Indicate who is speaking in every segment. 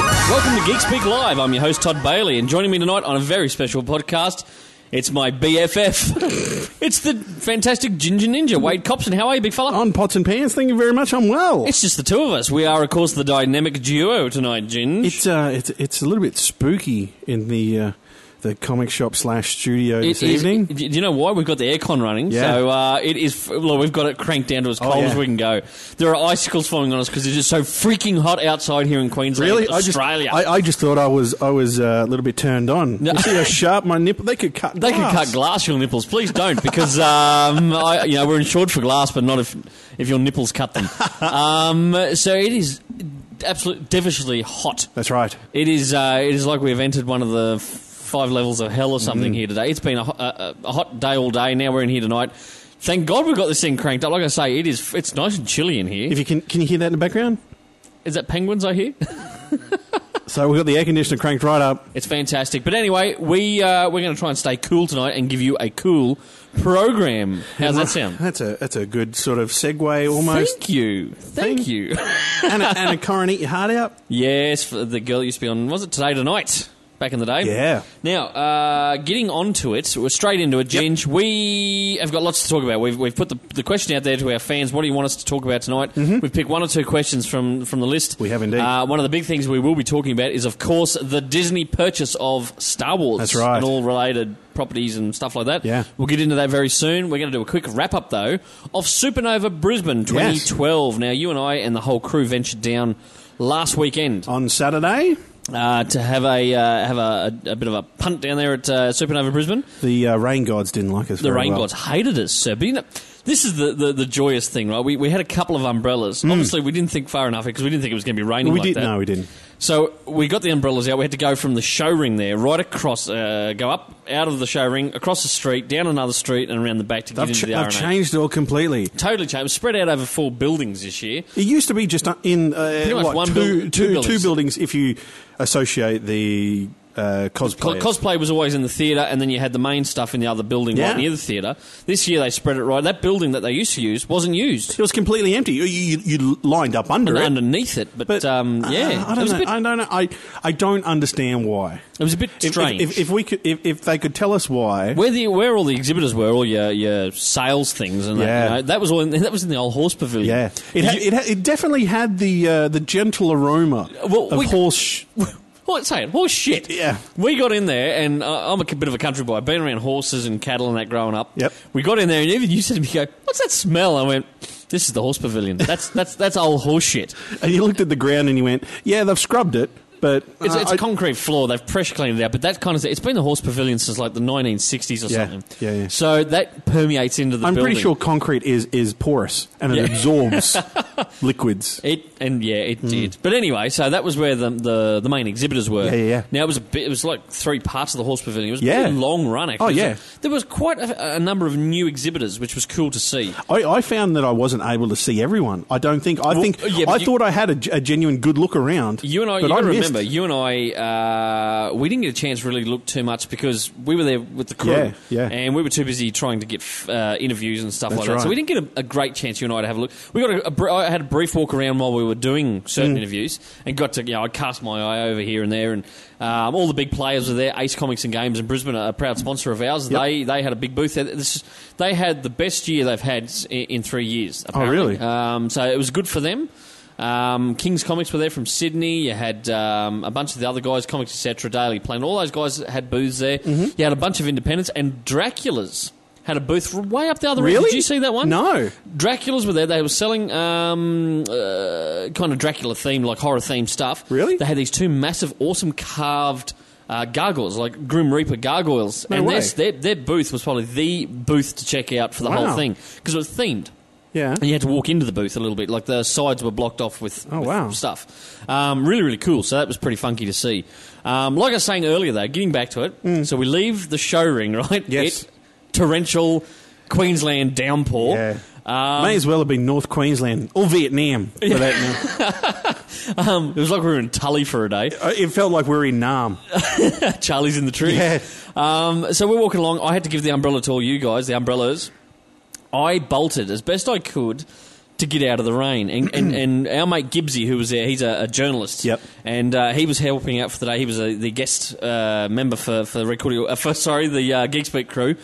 Speaker 1: to Geek Speak Live. I'm your host Todd Bailey, and joining me tonight on a very special podcast, it's my BFF. it's the fantastic Ginger Ninja, Wade Copson. How are you, big fella?
Speaker 2: On Pots and Pans, thank you very much. I'm well.
Speaker 1: It's just the two of us. We are, of course, the dynamic duo tonight, Ginge.
Speaker 2: It's uh, it's it's a little bit spooky in the uh, the comic shop slash studio
Speaker 1: It
Speaker 2: this
Speaker 1: is-
Speaker 2: evening.
Speaker 1: do you know why? We've got the aircon running,
Speaker 2: Yeah. Oh,
Speaker 1: so uh, it is. Well, we've got it cranked down to as cold
Speaker 2: yeah.
Speaker 1: as we can go. There are icicles falling on us because it's just so freaking hot outside here in Queensland,
Speaker 2: I just,
Speaker 1: Australia.
Speaker 2: I, I just thought I was I was uh, a little bit turned on.
Speaker 1: No.
Speaker 2: You see how sharp my nipple? They could cut.
Speaker 1: they could
Speaker 2: glass.
Speaker 1: cut glass your nipples. Please don't, because um, I, you know we're insured for glass, but not if if your nipples cut them. um, so it is absolutely devilishly hot.
Speaker 2: That's right.
Speaker 1: It is. Uh, it is like we've entered one of the f- five levels of hell or something here today. It's been a, ho- a, a hot day all day. Now we're in here tonight. Thank God we've got this thing cranked up. Like I say, it is. It's nice and chilly in here.
Speaker 2: If you can, can you hear that in the background?
Speaker 1: Is that penguins I hear?
Speaker 2: So we've got the air conditioner cranked right up.
Speaker 1: it's fantastic. But anyway, we uh, we're going to try and stay cool tonight and give you a cool program. How's that sound?
Speaker 2: That's a that's a good sort of segue almost,
Speaker 1: Thank you. Thank
Speaker 2: Thank-
Speaker 1: you.
Speaker 2: and a, and a current eat your heart out.
Speaker 1: Yes, for the girl that used to be on. Was it today tonight? Back in the day.
Speaker 2: Yeah.
Speaker 1: Now, uh, getting onto it, we're straight into it, Ginge. We have got lots to talk about. We've, we've put the, the question out there to our fans. What do you want us to talk about tonight? We've picked one or two questions from, from the list.
Speaker 2: Mm-hmm. We have indeed.
Speaker 1: Uh, one of the big things we will be talking about is, of course, the Disney purchase of Star Wars.
Speaker 2: That's right.
Speaker 1: And all related properties and stuff like that.
Speaker 2: Yeah.
Speaker 1: We'll get into that very soon. We're going to do a quick wrap up, though, of Supernova Brisbane 2012. Now, you and I and the whole crew ventured down last weekend
Speaker 2: On Saturday,
Speaker 1: uh, to have a uh, have a, a bit of a punt down there at uh, Supernova Brisbane.
Speaker 2: the uh, rain gods didn't like us.
Speaker 1: The rain gods hated us, sir. But you know, this is the, the, the joyous thing, right? We, we had a couple of umbrellas. Obviously, we didn't think far enough because we didn't think it was going to be raining
Speaker 2: Hmm. We
Speaker 1: like
Speaker 2: did.
Speaker 1: that.
Speaker 2: No, we didn't.
Speaker 1: So we got the umbrellas out. We had to go from the show ring there, right across, uh, go up out of the show ring, across the street, down another street, and around the back to get
Speaker 2: They've,
Speaker 1: into
Speaker 2: ch-
Speaker 1: the
Speaker 2: they've
Speaker 1: RNA.
Speaker 2: changed it all completely.
Speaker 1: Totally changed. Spread out over four buildings this year.
Speaker 2: It used to be just in uh,
Speaker 1: much
Speaker 2: what,
Speaker 1: one
Speaker 2: two,
Speaker 1: buil- two
Speaker 2: two- two
Speaker 1: buildings.
Speaker 2: buildings. if you associate the uh,
Speaker 1: Co-
Speaker 2: cosplay.
Speaker 1: cosplay was always in the theatre, and then you had the main stuff in the other building
Speaker 2: Yeah.
Speaker 1: right near the theatre. This year they spread it right. That building that they used to use wasn't used.
Speaker 2: it was completely empty. You, you, you lined up under it.
Speaker 1: Underneath it, but, um,
Speaker 2: uh,
Speaker 1: yeah,
Speaker 2: I
Speaker 1: it
Speaker 2: don't
Speaker 1: was
Speaker 2: know.
Speaker 1: a bit,
Speaker 2: I don't know. I, I don't understand why.
Speaker 1: it was a bit
Speaker 2: If,
Speaker 1: strange.
Speaker 2: If, if, if we could, if, if they could tell us why,
Speaker 1: where the where all the exhibitors were, all your, your sales things, and that,
Speaker 2: Yeah.
Speaker 1: you know, that was all in, that was in the old horse pavilion.
Speaker 2: yeah, it had,
Speaker 1: You-
Speaker 2: it, had, it definitely had the uh, the gentle aroma
Speaker 1: Well,
Speaker 2: of
Speaker 1: we-
Speaker 2: horse. Sh-
Speaker 1: What saying? Horse shit.
Speaker 2: Yeah.
Speaker 1: We got in there, and uh, I'm a c- bit of a country boy. I've been around horses and cattle and that growing up.
Speaker 2: Yep.
Speaker 1: We got in there, and even you said to me, "Go, what's that smell?" I went, "This is the horse pavilion. That's that's that's old horse shit.
Speaker 2: and you looked at the ground and you went, "Yeah, they've scrubbed it." But uh,
Speaker 1: It's, it's
Speaker 2: I-
Speaker 1: a concrete floor. They've pressure cleaned it out, but that kind of thing, it's been the horse pavilion since like the 1960s or
Speaker 2: Yeah.
Speaker 1: something.
Speaker 2: Yeah, yeah.
Speaker 1: So that permeates into the.
Speaker 2: I'm
Speaker 1: building.
Speaker 2: pretty sure concrete is, is porous and it
Speaker 1: Yeah.
Speaker 2: absorbs liquids.
Speaker 1: It and yeah, it
Speaker 2: Mm.
Speaker 1: did. But anyway, so that was where the the, the main exhibitors were.
Speaker 2: Yeah, yeah, yeah.
Speaker 1: Now it was a bit. It was like three parts of the horse pavilion. It was a
Speaker 2: Yeah.
Speaker 1: pretty long run. Actually.
Speaker 2: Oh,
Speaker 1: It was
Speaker 2: yeah.
Speaker 1: a- there was quite a, a number of new exhibitors, which was cool to see.
Speaker 2: I, I found that I wasn't able to see everyone. I don't think. I think
Speaker 1: yeah, but
Speaker 2: I
Speaker 1: you-
Speaker 2: thought I had a, g- a genuine good look around.
Speaker 1: You and I, you
Speaker 2: but I
Speaker 1: gotta
Speaker 2: missed.
Speaker 1: remember, you and I, uh, we didn't get a chance to really look too much because we were there with the crew,
Speaker 2: Yeah, yeah.
Speaker 1: and we were too busy trying to get f- uh, interviews and stuff
Speaker 2: That's
Speaker 1: like that. So
Speaker 2: right.
Speaker 1: we didn't get a, a great chance. You and I to have a look. We got a, a br- I had a brief walk around while we were doing
Speaker 2: Mm.
Speaker 1: certain interviews, and got to you know I cast my eye over here and there, and um, all the big players were there. Ace Comics and Games in Brisbane, are a proud sponsor of ours,
Speaker 2: Yep.
Speaker 1: they they had a big booth. there. This is- they had the best year they've had s- in, in three years. Apparently.
Speaker 2: Oh, really?
Speaker 1: Um, so it was good for them. Um, King's Comics were there from Sydney. You had um, a bunch of the other guys, Comics Etc., Daily Planet. All those guys had booths there.
Speaker 2: Mm-hmm.
Speaker 1: You had a bunch of independents and Dracula's had a booth way up the other end.
Speaker 2: Really?
Speaker 1: Did you see that one?
Speaker 2: No.
Speaker 1: Dracula's were there. They were selling um, uh, kind of Dracula themed, like horror themed stuff.
Speaker 2: Really?
Speaker 1: They had these two massive, awesome carved. Uh, gargoyles, like Grim Reaper gargoyles,
Speaker 2: No
Speaker 1: and
Speaker 2: way.
Speaker 1: their, their their booth was probably the booth to check out for the
Speaker 2: Wow.
Speaker 1: whole thing because it was themed.
Speaker 2: Yeah.
Speaker 1: And you had to walk into the booth a little bit. Like the sides were blocked off with,
Speaker 2: Oh,
Speaker 1: with
Speaker 2: wow.
Speaker 1: stuff. Um, really, really cool. So that was pretty funky to see. Um, like I was saying earlier, though, getting back to it. So we leave the show ring, right?
Speaker 2: Mm. Yes.
Speaker 1: It, torrential Queensland downpour.
Speaker 2: Yeah.
Speaker 1: Um,
Speaker 2: May as well have been North Queensland or Vietnam. For that matter.
Speaker 1: um, it was like we were in Tully for a day.
Speaker 2: Uh, it felt like we were in Nam.
Speaker 1: Charlie's in the tree.
Speaker 2: Yeah.
Speaker 1: Um, so we're walking along. I had to give the umbrella to all you guys, the umbrellas. I bolted as best I could to get out of the rain. And, and, and our mate Gibbsy, who was there, he's a, a journalist.
Speaker 2: Yep.
Speaker 1: And uh, he was helping out for the day. He was a, the guest uh, member for for the recording. Uh, for, sorry, the uh, Geekspeak crew.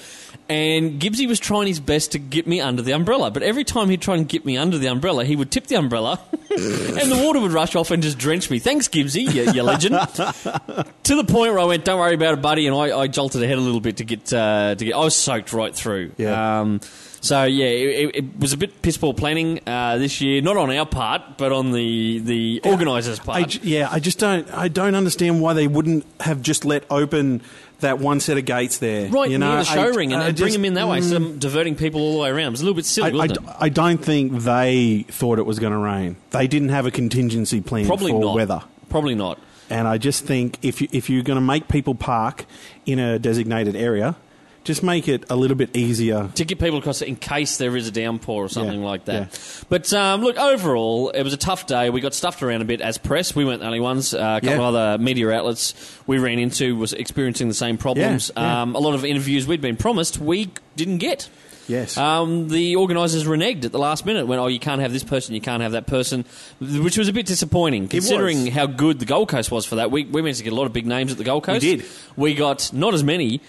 Speaker 1: And Gibbsy was trying his best to get me under the umbrella, but every time he'd try and get me under the umbrella, he would tip the umbrella, and the water would rush off and just drench me. Thanks, Gibbsy, you, you legend. to the point where I went, "Don't worry about it, buddy," and I, I jolted ahead a little bit to get uh, to get. I was soaked right through.
Speaker 2: Yeah.
Speaker 1: Um, so yeah, it, it- it was a bit piss poor planning uh, this year, not on our part, but on the the organisers' part.
Speaker 2: I j- yeah, I just don't. I don't understand why they wouldn't have just let open that one set of gates there,
Speaker 1: Right
Speaker 2: you
Speaker 1: near
Speaker 2: know?
Speaker 1: the show
Speaker 2: I-
Speaker 1: ring and,
Speaker 2: I
Speaker 1: and bring
Speaker 2: just- Mm.
Speaker 1: them in that way, instead of diverting people all the way around. It was a little bit silly,
Speaker 2: I, I
Speaker 1: wasn't
Speaker 2: d-
Speaker 1: it?
Speaker 2: I don't think they thought it was going to rain. They didn't have a contingency plan
Speaker 1: Probably
Speaker 2: for
Speaker 1: not.
Speaker 2: weather.
Speaker 1: Probably not.
Speaker 2: And I just think if you, if you're going to make people park in a designated area, just make it a little bit easier.
Speaker 1: to get people across it in case there is a downpour or something
Speaker 2: Yeah,
Speaker 1: like that. But um, look, overall, it was a tough day. We got stuffed around a bit as press. We weren't the only ones. Uh, a couple
Speaker 2: Yeah.
Speaker 1: of other media outlets we ran into was experiencing the same problems.
Speaker 2: Yeah, yeah.
Speaker 1: Um, a lot of interviews we'd been promised we didn't get.
Speaker 2: Yes.
Speaker 1: Um, the organisers reneged at the last minute. Went, oh, you can't have this person, you can't have that person, which was a bit disappointing considering how good the Gold Coast was for that. We, we managed to get a lot of big names at the Gold Coast.
Speaker 2: did.
Speaker 1: We got not as many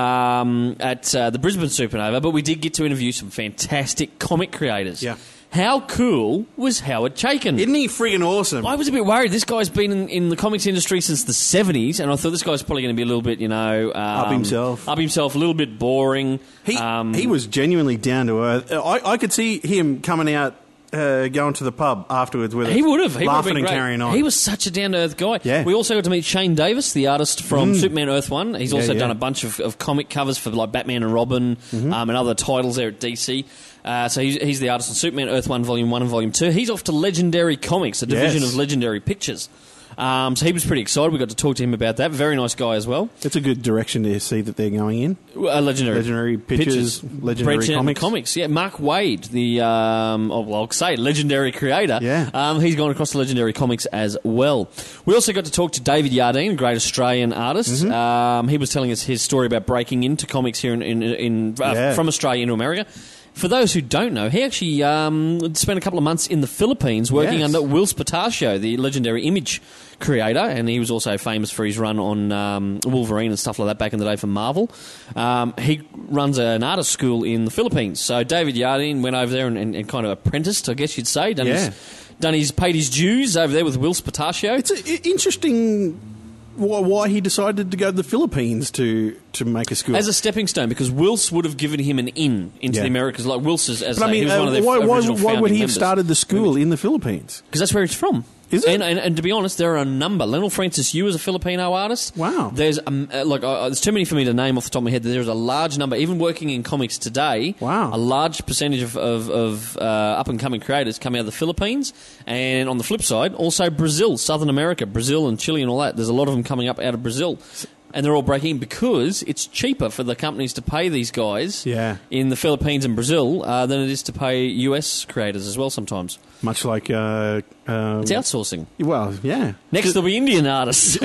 Speaker 1: um, at uh, the Brisbane Supernova, but we did get to interview some fantastic comic creators.
Speaker 2: Yeah.
Speaker 1: How cool was Howard Chaikin?
Speaker 2: Isn't he friggin' awesome?
Speaker 1: I was a bit worried. This guy's been in, in the comics industry since the 70s, and I thought this guy's probably going to be a little bit, you know. Um, up
Speaker 2: himself.
Speaker 1: Up himself, a little bit boring.
Speaker 2: He,
Speaker 1: um,
Speaker 2: he was genuinely down to earth. I, I could see him coming out, uh, going to the pub afterwards with
Speaker 1: He
Speaker 2: us,
Speaker 1: would have. He
Speaker 2: laughing
Speaker 1: would have been
Speaker 2: and
Speaker 1: great.
Speaker 2: carrying on.
Speaker 1: He was such a down to earth guy.
Speaker 2: Yeah. Mm.
Speaker 1: We also got to meet Shane Davis, the artist from Superman Earth One. He's also
Speaker 2: yeah. Mm-hmm.
Speaker 1: done a bunch of, of comic covers for like Batman and Robin um, and other titles there at DC. Uh, so he's, he's the artist on Superman Earth One, Volume One and Volume Two. He's off to Legendary Comics, a division
Speaker 2: Yes.
Speaker 1: of Legendary Pictures. Um, so he was pretty excited. We got to talk to him about that. Very nice guy as well.
Speaker 2: It's a good direction to see that they're going in.
Speaker 1: Uh, legendary,
Speaker 2: Legendary pictures, legendary
Speaker 1: Brent Chen-
Speaker 2: comics.
Speaker 1: Yeah, Mark Wade, the um, oh, well, I'll say legendary creator.
Speaker 2: Yeah.
Speaker 1: um, he's gone across to legendary comics as well. We also got to talk to David Yardine, great Australian artist.
Speaker 2: Mm-hmm.
Speaker 1: Um, he was telling us his story about breaking into comics here in, in, in uh,
Speaker 2: Yeah.
Speaker 1: from Australia into America. For those who don't know, he actually um, spent a couple of months in the Philippines working
Speaker 2: Yes.
Speaker 1: under Will Spatatio, the legendary image creator, and he was also famous for his run on um, Wolverine and stuff like that back in the day for Marvel. Um, he runs an artist school in the Philippines. So David Yardine went over there and, and, and kind of apprenticed, I guess you'd say. Done,
Speaker 2: Yeah.
Speaker 1: his, done his paid his dues over there with Will Spatatio.
Speaker 2: It's a, i- interesting why, why he decided to go to the Philippines to, to make a school.
Speaker 1: as a stepping stone, because Wills would have given him an in into
Speaker 2: Yeah.
Speaker 1: the Americas, like Wills as
Speaker 2: but I
Speaker 1: he
Speaker 2: mean,
Speaker 1: was
Speaker 2: uh,
Speaker 1: one of their
Speaker 2: why, why,
Speaker 1: original
Speaker 2: why would
Speaker 1: founding
Speaker 2: he have
Speaker 1: members.
Speaker 2: started the school in the Philippines?
Speaker 1: Because that's where he's from.
Speaker 2: Is it?
Speaker 1: And, and, and to be honest, there are a number. Lenel Francis Yu is a Filipino artist.
Speaker 2: Wow.
Speaker 1: There's um, uh, look, I, I- there's too many for me to name off the top of my head. There's a large number, even working in comics today.
Speaker 2: Wow.
Speaker 1: A large percentage of, of, of uh, up and coming creators come out of the Philippines, and on the flip side, also Brazil, Southern America, Brazil and Chile and all that. There's a lot of them coming up out of Brazil. And they're all breaking in because it's cheaper for the companies to pay these guys
Speaker 2: Yeah.
Speaker 1: in the Philippines and Brazil uh, than it is to pay US creators as well sometimes.
Speaker 2: Much like, uh, um,
Speaker 1: It's outsourcing.
Speaker 2: well, yeah,
Speaker 1: Next, there'll be Indian artists.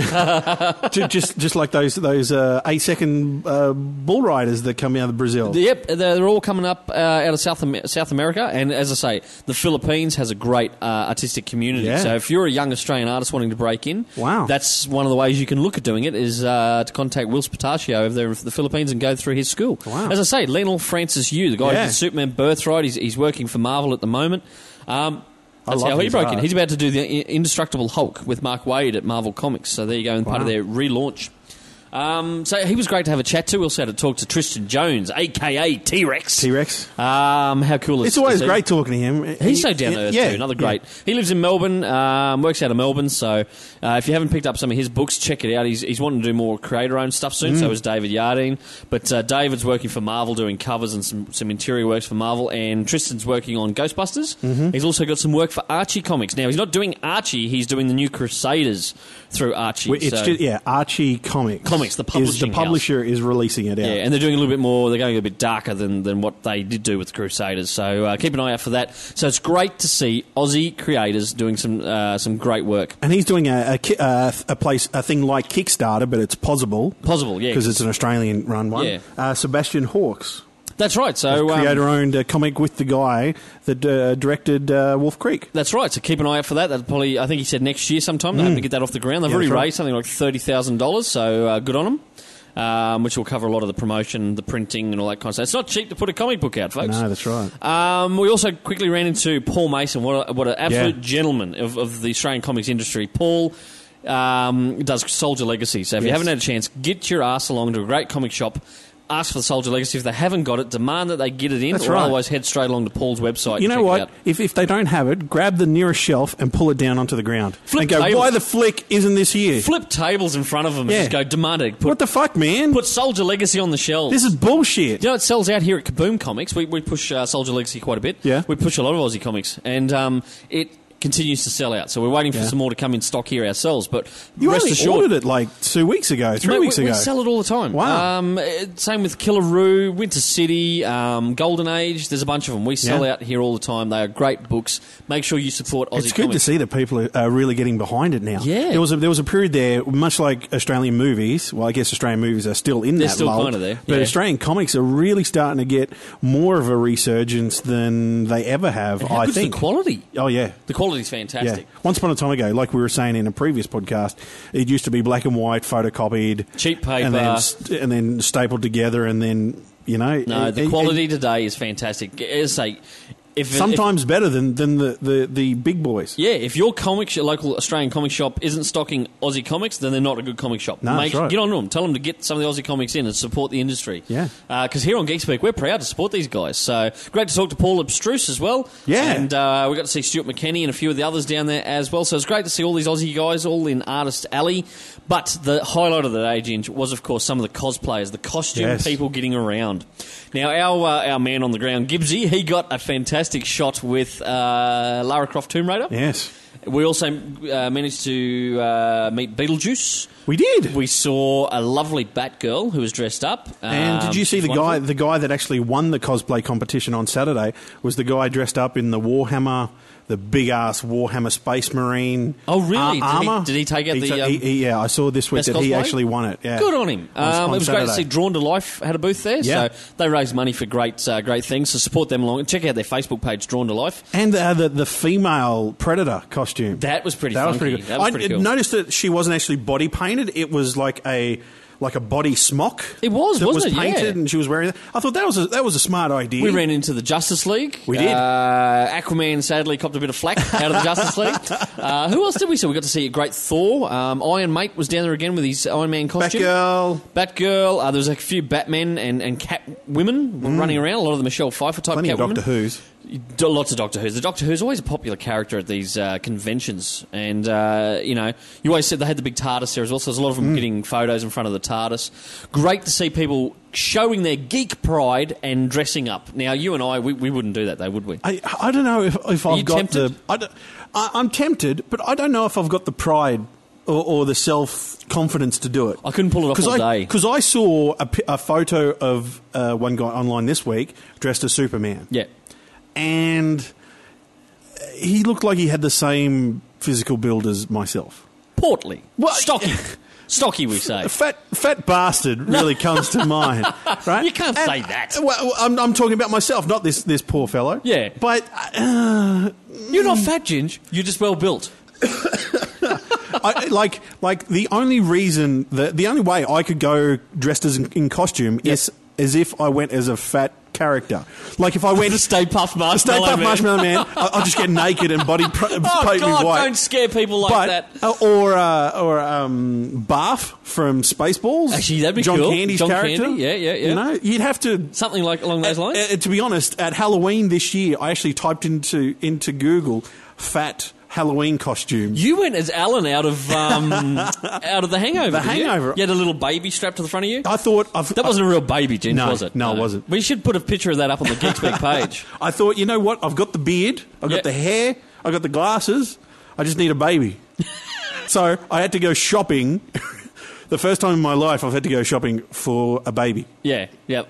Speaker 2: Ju- just just like those those uh, eight second uh, bull riders that come out of Brazil.
Speaker 1: yep, they're all coming up uh, out of South Am- South America, and as I say, the Philippines has a great uh, artistic community.
Speaker 2: Yeah.
Speaker 1: So if you're a young Australian artist wanting to break in,
Speaker 2: Wow.
Speaker 1: that's one of the ways you can look at doing it is uh, to contact Will Spatatio over there in the Philippines and go through his school.
Speaker 2: Wow.
Speaker 1: As I say, Lionel Francis Yu, the guy
Speaker 2: Yeah.
Speaker 1: who did Superman Birthright, he's, he's working for Marvel at the moment. Um,
Speaker 2: I
Speaker 1: that's
Speaker 2: love
Speaker 1: how he
Speaker 2: his
Speaker 1: broke in.
Speaker 2: art.
Speaker 1: He's about to do the I- Indestructible Hulk with Mark Wade at Marvel Comics. So there you go, and part of
Speaker 2: Wow.
Speaker 1: their relaunch. Um, so he was great to have a chat to. We also had to talk to Tristan Jones, aka T Rex.
Speaker 2: T Rex.
Speaker 1: Um, how cool is
Speaker 2: It's always
Speaker 1: is he?
Speaker 2: great talking to him.
Speaker 1: He's so down to earth too. Another great. He lives in Melbourne. Um, works out of Melbourne. So uh, if you haven't picked up some of his books, check it out. He's, he's wanting to do more creator-owned stuff soon.
Speaker 2: Mm.
Speaker 1: So is David Yardine. But uh, David's working for Marvel, doing covers and some, some interior works for Marvel. And Tristan's working on Ghostbusters.
Speaker 2: Mm-hmm.
Speaker 1: He's also got some work for Archie Comics. Now he's not doing Archie. He's doing the new Crusaders through Archie.
Speaker 2: Well, It's
Speaker 1: so-
Speaker 2: just, yeah, Archie Comics.
Speaker 1: Comics, the
Speaker 2: is
Speaker 1: publishing
Speaker 2: the
Speaker 1: house.
Speaker 2: publisher is releasing it out.
Speaker 1: Yeah, and they're doing a little bit more. They're going a bit darker than, than what they did do with Crusaders. So uh, keep an eye out for that. So it's great to see Aussie creators doing some uh, some great work.
Speaker 2: And he's doing a a, ki- uh, a place a thing like Kickstarter, but it's possible
Speaker 1: Possible, yeah.
Speaker 2: because it's an Australian run one.
Speaker 1: Yeah.
Speaker 2: Uh, Sebastian Hawkes.
Speaker 1: That's right. So um,
Speaker 2: Creator owned a comic with the guy that uh, directed uh, Wolf Creek.
Speaker 1: That's right. So keep an eye out for that. That probably, I think he said next year sometime. They hope to get that off the ground. They've
Speaker 2: Hmm.
Speaker 1: already
Speaker 2: Yeah, that's right.
Speaker 1: raised something like thirty thousand dollars. So uh, good on them. Um, which will cover a lot of the promotion, the printing, and all that kind of stuff. It's not cheap to put a comic book out, folks.
Speaker 2: No, that's right.
Speaker 1: Um, we also quickly ran into Paul Mason, what, a, what an absolute
Speaker 2: Yeah.
Speaker 1: gentleman of, of the Australian comics industry. Paul um, does Soldier Legacy, so if you
Speaker 2: Yes.
Speaker 1: haven't had a chance, get your ass along to a great comic shop. Ask for the Soldier Legacy. If they haven't got it, demand that they get it in,
Speaker 2: That's
Speaker 1: or
Speaker 2: right.
Speaker 1: otherwise head straight along to Paul's website.
Speaker 2: You
Speaker 1: and
Speaker 2: know
Speaker 1: check it
Speaker 2: what?
Speaker 1: out.
Speaker 2: If, if they don't have it, grab the nearest shelf and pull it down onto the ground.
Speaker 1: Flip
Speaker 2: and go,
Speaker 1: tables.
Speaker 2: why the flick isn't this here?
Speaker 1: Flip tables in front of them
Speaker 2: Yeah.
Speaker 1: and just go demand it. Put,
Speaker 2: what the fuck, man?
Speaker 1: put Soldier Legacy on the shelves.
Speaker 2: this is bullshit.
Speaker 1: You know, it sells out here at Kaboom Comics. We, we push uh, Soldier Legacy quite a bit.
Speaker 2: Yeah.
Speaker 1: We push a lot of Aussie comics, and um, it continues to sell out. So we're waiting for
Speaker 2: Yeah.
Speaker 1: some more to come in stock here ourselves. But
Speaker 2: You
Speaker 1: rest
Speaker 2: only
Speaker 1: assured,
Speaker 2: ordered it like two weeks ago, three
Speaker 1: Mate,
Speaker 2: weeks
Speaker 1: we,
Speaker 2: ago.
Speaker 1: we sell it all the time.
Speaker 2: Wow.
Speaker 1: Um, it- same with Killaroo, Winter City, um, Golden Age. There's a bunch of them. We sell
Speaker 2: Yeah.
Speaker 1: out here all the time. They are great books. Make sure you support Aussie
Speaker 2: it's good to
Speaker 1: comics.
Speaker 2: see that people are, are really getting behind it now.
Speaker 1: Yeah.
Speaker 2: there was a, there was a period there, much like Australian movies. Well, I guess Australian movies are still in
Speaker 1: They're
Speaker 2: that
Speaker 1: still
Speaker 2: lull,
Speaker 1: kinda there,
Speaker 2: but
Speaker 1: yeah.
Speaker 2: Australian comics are really starting to get more of a resurgence than they ever have.
Speaker 1: How
Speaker 2: I
Speaker 1: good's
Speaker 2: think.
Speaker 1: the quality.
Speaker 2: oh yeah,
Speaker 1: The quality's
Speaker 2: yeah.
Speaker 1: fantastic.
Speaker 2: Once upon a time ago, like we were saying in a previous podcast, it used to be black and white, photocopied,
Speaker 1: Cheap paper.
Speaker 2: and then, st- and then stapled together, and then you know,
Speaker 1: No,
Speaker 2: it-
Speaker 1: the
Speaker 2: it-
Speaker 1: quality today is fantastic. As I say, if if-
Speaker 2: sometimes better than than the the, the big boys.
Speaker 1: Yeah, if your comic sh- local Australian comic shop isn't stocking Aussie comics, then they're not a good comic shop.
Speaker 2: No,
Speaker 1: Make,
Speaker 2: that's right.
Speaker 1: Get on to them. Tell them to get some of the Aussie comics in and support the industry.
Speaker 2: Yeah.
Speaker 1: Because here on Geek Speak, we're proud to support these guys. So great to talk to Paul Abstruse as well.
Speaker 2: Yeah.
Speaker 1: And uh, we got to see Stuart McKenney and a few of the others down there as well. So it's great to see all these Aussie guys all in Artist Alley. But the highlight of the day, Ginge, was, of course, some of the cosplayers, the costume
Speaker 2: Yes.
Speaker 1: people getting around. Now, our uh, our man on the ground, Gibbsy, he got a fantastic shot with uh, Lara Croft Tomb Raider.
Speaker 2: Yes,
Speaker 1: We also uh, managed to uh, meet Beetlejuice.
Speaker 2: we did.
Speaker 1: We saw a lovely Batgirl who was dressed up.
Speaker 2: And
Speaker 1: Um,
Speaker 2: did you see
Speaker 1: she's
Speaker 2: the guy?
Speaker 1: wonderful.
Speaker 2: The guy that actually won the cosplay competition on Saturday was the guy dressed up in the Warhammer, the big ass Warhammer Space Marine.
Speaker 1: Oh, really?
Speaker 2: uh,
Speaker 1: Did he-
Speaker 2: armor.
Speaker 1: did he take out the,
Speaker 2: took-
Speaker 1: um,
Speaker 2: he- he- yeah, I saw this week
Speaker 1: best
Speaker 2: that he
Speaker 1: cosplay?
Speaker 2: actually won it. Yeah.
Speaker 1: Good on him.
Speaker 2: On-
Speaker 1: Um,
Speaker 2: on
Speaker 1: it was great to
Speaker 2: Saturday.
Speaker 1: see Drawn to Life had a booth there.
Speaker 2: Yeah.
Speaker 1: So they raise money for great uh, great things. So support them along. Check out their Facebook page, Drawn to Life.
Speaker 2: And the, uh, the the female predator costume.
Speaker 1: That was pretty
Speaker 2: That was
Speaker 1: funky.
Speaker 2: pretty good.
Speaker 1: That was
Speaker 2: I
Speaker 1: pretty cool.
Speaker 2: noticed that she wasn't actually body painted. It was like a like a body smock.
Speaker 1: It was,
Speaker 2: that
Speaker 1: wasn't it?
Speaker 2: was painted,
Speaker 1: Yeah.
Speaker 2: and she was wearing that. I thought that was a, that was a smart idea.
Speaker 1: We ran into the Justice League.
Speaker 2: We did.
Speaker 1: Uh, Aquaman sadly copped a bit of flack out of the Justice League. Uh, who else did we see? We got to see a great Thor. Um, Iron Mate was down there again with his Iron Man costume.
Speaker 2: Batgirl.
Speaker 1: Batgirl. Uh, there was a few Batmen and, and Cat women running around. A lot of the Michelle Pfeiffer type
Speaker 2: Mm. Plenty
Speaker 1: Cat
Speaker 2: of Doctor Who's.
Speaker 1: do- lots of Doctor Who's. The Doctor Who's always a popular character at these uh, conventions, and uh, you know, you always said they had the big TARDIS there as well. So there's a lot of them
Speaker 2: Mm.
Speaker 1: getting photos in front of the TARDIS. Great to see people showing their geek pride and dressing up. Now, you and I, we, we wouldn't do that, though, would we?
Speaker 2: I, I don't know if, if I've
Speaker 1: you
Speaker 2: got
Speaker 1: tempted?
Speaker 2: the. I don't- I, am tempted, but I don't know if I've got the pride or, or the self confidence to do it.
Speaker 1: I couldn't pull it off all
Speaker 2: I,
Speaker 1: day.
Speaker 2: 'cause I saw a, pi- a photo of uh, one guy online this week dressed as Superman.
Speaker 1: Yeah,
Speaker 2: And he looked like he had the same physical build as myself.
Speaker 1: portly,
Speaker 2: Well,
Speaker 1: stocky, stocky. We say
Speaker 2: A fat, fat bastard really comes to mind, right?
Speaker 1: You can't say that.
Speaker 2: Well, I'm, I'm talking about myself, not this, this poor fellow.
Speaker 1: Yeah.
Speaker 2: But uh,
Speaker 1: you're not fat, Ginge. You're just well built.
Speaker 2: I, like, like the only reason, the the only way I could go dressed as in, in costume is as if I went as a fat character. Like if I went
Speaker 1: The Stay Puft Marshmallow.
Speaker 2: Stay Puft
Speaker 1: Man.
Speaker 2: Marshmallow Man, I, I'll just get naked and body pro-
Speaker 1: Oh
Speaker 2: paint me
Speaker 1: God!
Speaker 2: white.
Speaker 1: Don't scare people like
Speaker 2: but
Speaker 1: that.
Speaker 2: uh, or uh, or um, Barf from Spaceballs,
Speaker 1: Actually, that'd be
Speaker 2: John
Speaker 1: cool.
Speaker 2: Candy's
Speaker 1: John
Speaker 2: character.
Speaker 1: Candy, yeah, yeah, yeah.
Speaker 2: You know, you'd have to
Speaker 1: Something like along those lines.
Speaker 2: Uh, to be honest, at Halloween this year, I actually typed into into Google fat Halloween costumes.
Speaker 1: You went as Alan out of um, out of the Hangover.
Speaker 2: The
Speaker 1: didn't you? You?
Speaker 2: Hangover.
Speaker 1: had a little baby strapped to the front of you.
Speaker 2: I thought I've,
Speaker 1: That wasn't a real baby, Jim,
Speaker 2: No,
Speaker 1: was it?
Speaker 2: no, it wasn't.
Speaker 1: We should put a picture of that up on the Geek Speak page.
Speaker 2: I thought, you know what? I've got the beard, I've
Speaker 1: Yeah.
Speaker 2: got the hair, I've got the glasses. I just need a baby. so I had to go shopping. the first time in my life, I've had to go shopping for a baby.
Speaker 1: Yeah, yep.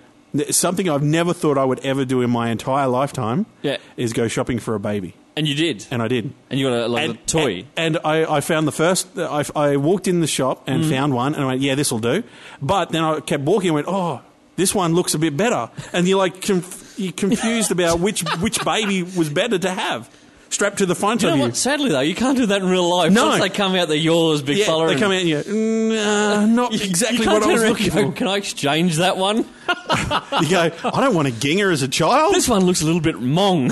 Speaker 2: Something I've never thought I would ever do in my entire lifetime
Speaker 1: Yeah.
Speaker 2: is go shopping for a baby.
Speaker 1: And you did.
Speaker 2: And I did.
Speaker 1: And you got a, like, a toy.
Speaker 2: And, and I, I found the first. I,
Speaker 1: Mm.
Speaker 2: I walked in the shop and found one, and I went, "Yeah, this will do." But then I kept walking. and went, "Oh, this one looks a bit better, and you're like conf- you're confused about which which baby was better to have strapped to the front
Speaker 1: You
Speaker 2: of
Speaker 1: know
Speaker 2: you.
Speaker 1: what? Sadly, though, you can't do that in real life.
Speaker 2: No.
Speaker 1: Once they come out, they're yours, big
Speaker 2: Yeah,
Speaker 1: fella.
Speaker 2: they
Speaker 1: and-
Speaker 2: come out and you "Mm, uh, not
Speaker 1: You- you
Speaker 2: exactly
Speaker 1: can't
Speaker 2: what I
Speaker 1: turn
Speaker 2: was
Speaker 1: around
Speaker 2: looking
Speaker 1: and go,
Speaker 2: for.
Speaker 1: Can I exchange that one?
Speaker 2: You go, I don't want a ginger as a child,
Speaker 1: This one looks a little bit mong.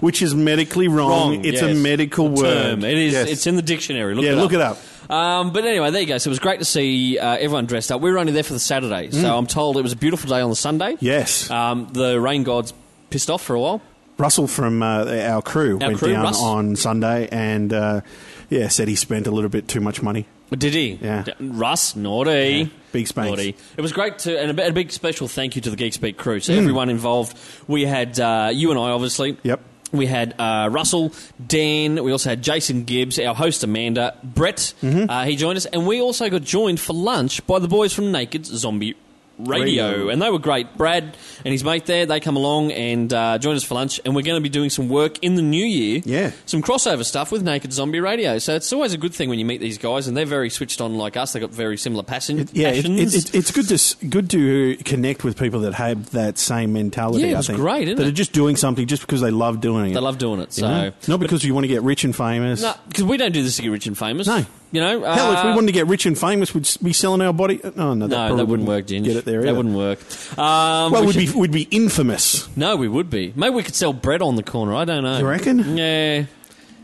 Speaker 2: which is medically wrong.
Speaker 1: Wrong,
Speaker 2: it's a
Speaker 1: yes.
Speaker 2: medical word.
Speaker 1: term. It is.
Speaker 2: Yes.
Speaker 1: It's in the dictionary. Look
Speaker 2: yeah,
Speaker 1: it up.
Speaker 2: look it up.
Speaker 1: Um, but anyway, there you go. So it was great to see uh, everyone dressed up. We were only there for the Saturday, so I'm told it was a beautiful day on the Sunday.
Speaker 2: Mm. Yes.
Speaker 1: Um, the rain gods pissed off for a while.
Speaker 2: Russell from uh, our crew
Speaker 1: Our
Speaker 2: went
Speaker 1: crew,
Speaker 2: down
Speaker 1: Russ.
Speaker 2: on Sunday and uh, yeah, said he spent a little bit too much money.
Speaker 1: Did he?
Speaker 2: Yeah.
Speaker 1: D- Russ, naughty.
Speaker 2: Yeah. Big spanks.
Speaker 1: Naughty. It was great to, and a, bi- a big special thank you to the Geek Speak crew.
Speaker 2: Mm.
Speaker 1: So everyone involved. We had uh, you and I, obviously.
Speaker 2: Yep.
Speaker 1: We had uh, Russell, Dan. We also had Jason Gibbs, our host Amanda, Brett.
Speaker 2: Mm-hmm.
Speaker 1: Uh, he joined us, and we also got joined for lunch by the boys from Naked Zombie Radio,
Speaker 2: Radio.
Speaker 1: and they were great. Brad and his mate there, they come along and uh, join us for lunch, and we're going to be doing some work in the new year.
Speaker 2: Yeah.
Speaker 1: some crossover stuff with Naked Zombie Radio. So it's always a good thing when you meet these guys, and they're very switched on like us. They got very similar passion,
Speaker 2: Yeah, it,
Speaker 1: passions.
Speaker 2: it, it, it's good to s- good to connect with people that have that same mentality.
Speaker 1: Yeah, it
Speaker 2: I
Speaker 1: was
Speaker 2: think,
Speaker 1: great, isn't
Speaker 2: that
Speaker 1: it?
Speaker 2: are just doing something just because they love doing it.
Speaker 1: they love doing it. So.
Speaker 2: you know? not because you want to get rich and famous.
Speaker 1: No, because we don't do this to get rich and famous.
Speaker 2: No.
Speaker 1: you know.
Speaker 2: Hell, if we
Speaker 1: uh,
Speaker 2: wanted to get rich and famous, we'd s- be selling our body. Oh, No, no, that
Speaker 1: No,
Speaker 2: probably
Speaker 1: that wouldn't work, Ginge.
Speaker 2: Get it there?
Speaker 1: That
Speaker 2: either.
Speaker 1: wouldn't work. Um,
Speaker 2: Well,
Speaker 1: we
Speaker 2: we'd
Speaker 1: should-
Speaker 2: be we'd be infamous.
Speaker 1: No, we would be. Maybe we could sell bread on the corner. I don't know.
Speaker 2: You reckon?
Speaker 1: Yeah.